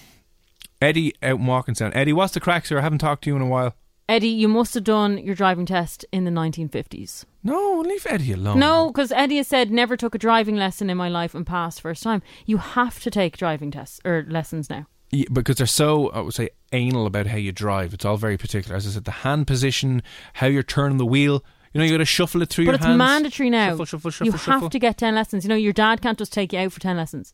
S4: Eddie out in Walkinstown. Eddie, what's the crack, sir? I haven't talked to you in a while.
S6: Eddie, you must have done your driving test in the 1950s.
S4: No, leave Eddie alone.
S6: No, because Eddie has said never took a driving lesson in my life and passed first time. You have to take driving tests or lessons now.
S4: Yeah, because they're so, I would say, anal about how you drive. It's all very particular. As I said, the hand position, how you're turning the wheel. You know, you got to shuffle it through
S6: but
S4: your
S6: it's
S4: hands.
S6: mandatory now.
S4: Shuffle, shuffle, shuffle,
S6: you
S4: shuffle.
S6: have to get 10 lessons. You know, your dad can't just take you out for 10 lessons.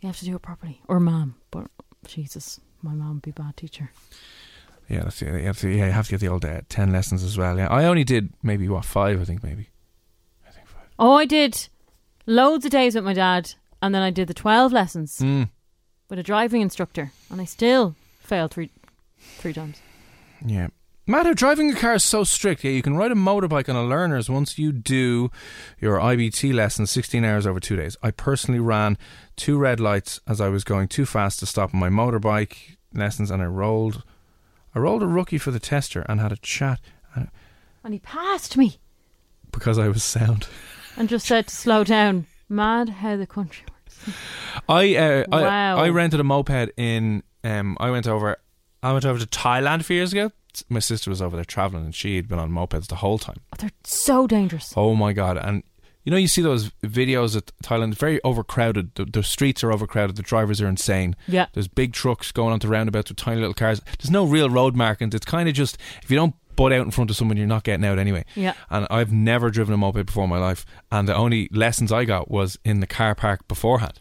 S6: You have to do it properly. Or mom. But Jesus, my mom would be a bad teacher.
S4: Yeah, that's the, you have to, yeah, you have to get the old uh, ten lessons as well. Yeah, I only did maybe what five, I think maybe.
S6: Oh, I did loads of days with my dad, and then I did the 12 lessons
S4: Mm.
S6: with a driving instructor, and I still failed three three times.
S4: Yeah. Matt, how driving a car is so strict. Yeah, you can ride a motorbike on a learner's once you do your IBT lesson, 16 hours over two days. I personally ran two red lights as I was going too fast to stop on my motorbike lessons, and I rolled, I rolled a rookie for the tester and had a chat uh,
S6: And he passed me
S4: because I was sound.
S6: and just said to slow down. Mad how the country.
S4: I uh,
S6: Wow.
S4: I I rented a moped in um I went over I went over to Thailand a few years ago. My sister was over there traveling and she had been on mopeds the whole time.
S6: Oh, They're so dangerous.
S4: Oh my god! And you know you see those videos at Thailand, very overcrowded. The, the streets are overcrowded. The drivers are insane.
S6: Yeah.
S4: There's big trucks going onto roundabouts with tiny little cars. There's no real road markings. It's kind of just if you don't butt out in front of someone, you're not getting out anyway.
S6: Yeah.
S4: And I've never driven a moped before in my life, and the only lessons I got was in the car park beforehand.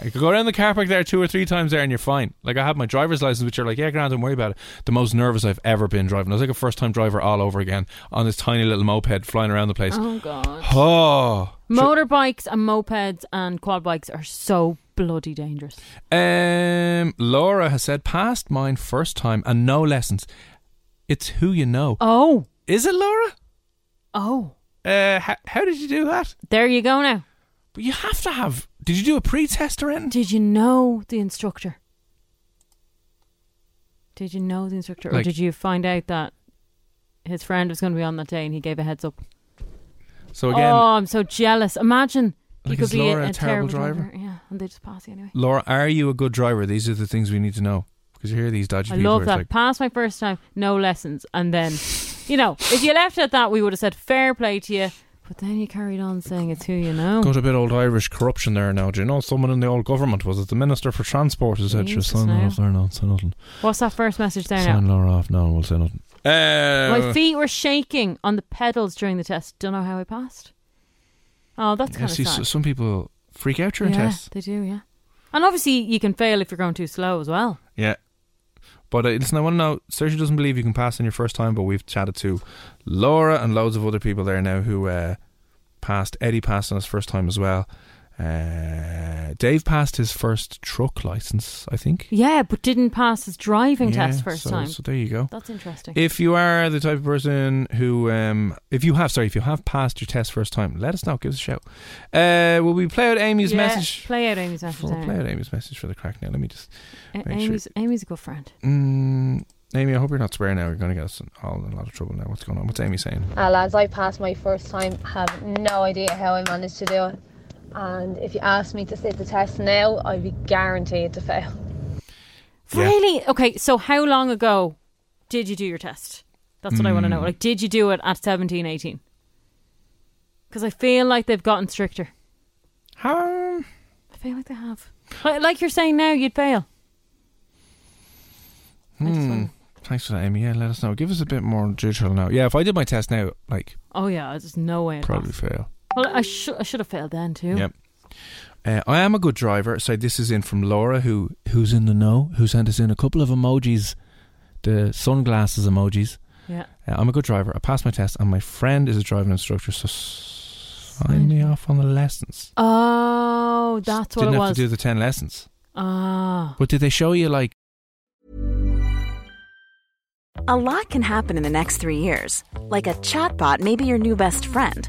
S4: I could go around the car park there two or three times there and you're fine. Like I had my driver's license, which are like, yeah, grand, don't worry about it. The most nervous I've ever been driving. I was like a first time driver all over again on this tiny little moped flying around the place.
S6: Oh, God.
S4: Oh.
S6: Motorbikes and mopeds and quad bikes are so bloody dangerous.
S4: Um, Laura has said, passed mine first time and no lessons. It's who you know.
S6: Oh.
S4: Is it Laura?
S6: Oh.
S4: Uh, how, how did you do that?
S6: There you go now.
S4: But you have to have. Did you do a pre-test or anything?
S6: Did you know the instructor? Did you know the instructor, or
S4: Like-
S6: did you find out that his friend was going to be on that day and he gave a heads up?
S4: So again,
S6: oh, I'm so jealous. Imagine you
S4: Like,
S6: could
S4: is
S6: be
S4: Laura
S6: a,
S4: a terrible driver?
S6: Yeah, and they just pass you anyway.
S4: Laura, are you a good driver? These are the things we need to know because you hear these dodgy
S6: I
S4: people.
S6: love
S4: it's
S6: that.
S4: like-
S6: Passed my first time, no lessons, and then, you know, if you left it at that, we would have said fair play to you. But then you carried on saying it's who you know.
S4: Got a bit old Irish corruption there now. Do you know someone in the old government? Was it the Minister for Transport? Who said she'll
S6: Jesus,
S4: sign
S6: now.
S4: off there? No, say nothing.
S6: What's that first message there now?
S4: Sign Laura off now. We'll say nothing. Uh,
S6: My feet were shaking on the pedals during the test. Don't know how I passed. Oh, that's
S4: Yeah,
S6: kind of
S4: see,
S6: sad.
S4: so- some people freak out during
S6: yeah,
S4: tests.
S6: they do. Yeah, and obviously you can fail if you're going too slow as well.
S4: Yeah. But uh, listen, I want to know. Sergio doesn't believe you can pass on your first time, but we've chatted to Laura and loads of other people there now who uh, passed. Eddie passed on his first time as well. Uh, Dave passed his first truck license, I think.
S6: Yeah, but didn't pass his driving
S4: Yeah,
S6: test first
S4: so-
S6: time.
S4: So there you go.
S6: That's interesting.
S4: If you are the type of person who, um, if you have, sorry, if you have passed your test first time, let us know. Give us a shout. Uh, will we play out Amy's
S6: Yeah,
S4: message?
S6: Play out Amy's message.
S4: We'll
S6: there.
S4: play out Amy's message for the crack now. Let me just
S6: Uh,
S4: make sure.
S6: Amy's, Amy's a good friend.
S4: Mm, Amy, I hope you're not swearing now. You're going to get us in all in a lot of trouble now. What's going on? What's Amy saying?
S9: Ah, lads, I passed my first time, have no idea how I managed to do it. And if you asked me to sit the test now, I'd be guaranteed to fail.
S6: Really? Okay. So how long ago did you do your test? That's what I want to know.
S4: Mm.
S6: Like, did you do it at 17, 18? Because I feel like they've gotten stricter.
S4: How?
S6: I feel like they have. Like, like you're saying now, you'd fail.
S4: Hmm. Thanks for that, Amy. Yeah, let us know. Give us a bit more detail now. Yeah, if I did my test now, like,
S6: Oh yeah, there's no way. I'd
S4: probably
S6: pass.
S4: fail.
S6: Well, I should I should have failed then too.
S4: Yep. Uh, I am a good driver. So this is in from Laura, who who's in the know, who sent us in a couple of emojis, the sunglasses emojis.
S6: Yeah.
S4: Uh, I'm a good driver. I passed my test, and my friend is a driving instructor. So s- sign me off on the lessons.
S6: Oh, that's what
S4: Didn't
S6: it
S4: have
S6: was.
S4: to do the ten lessons.
S6: ah.
S4: But did they show you like?
S11: A lot can happen in the next three years. Like a chatbot may be your new best friend.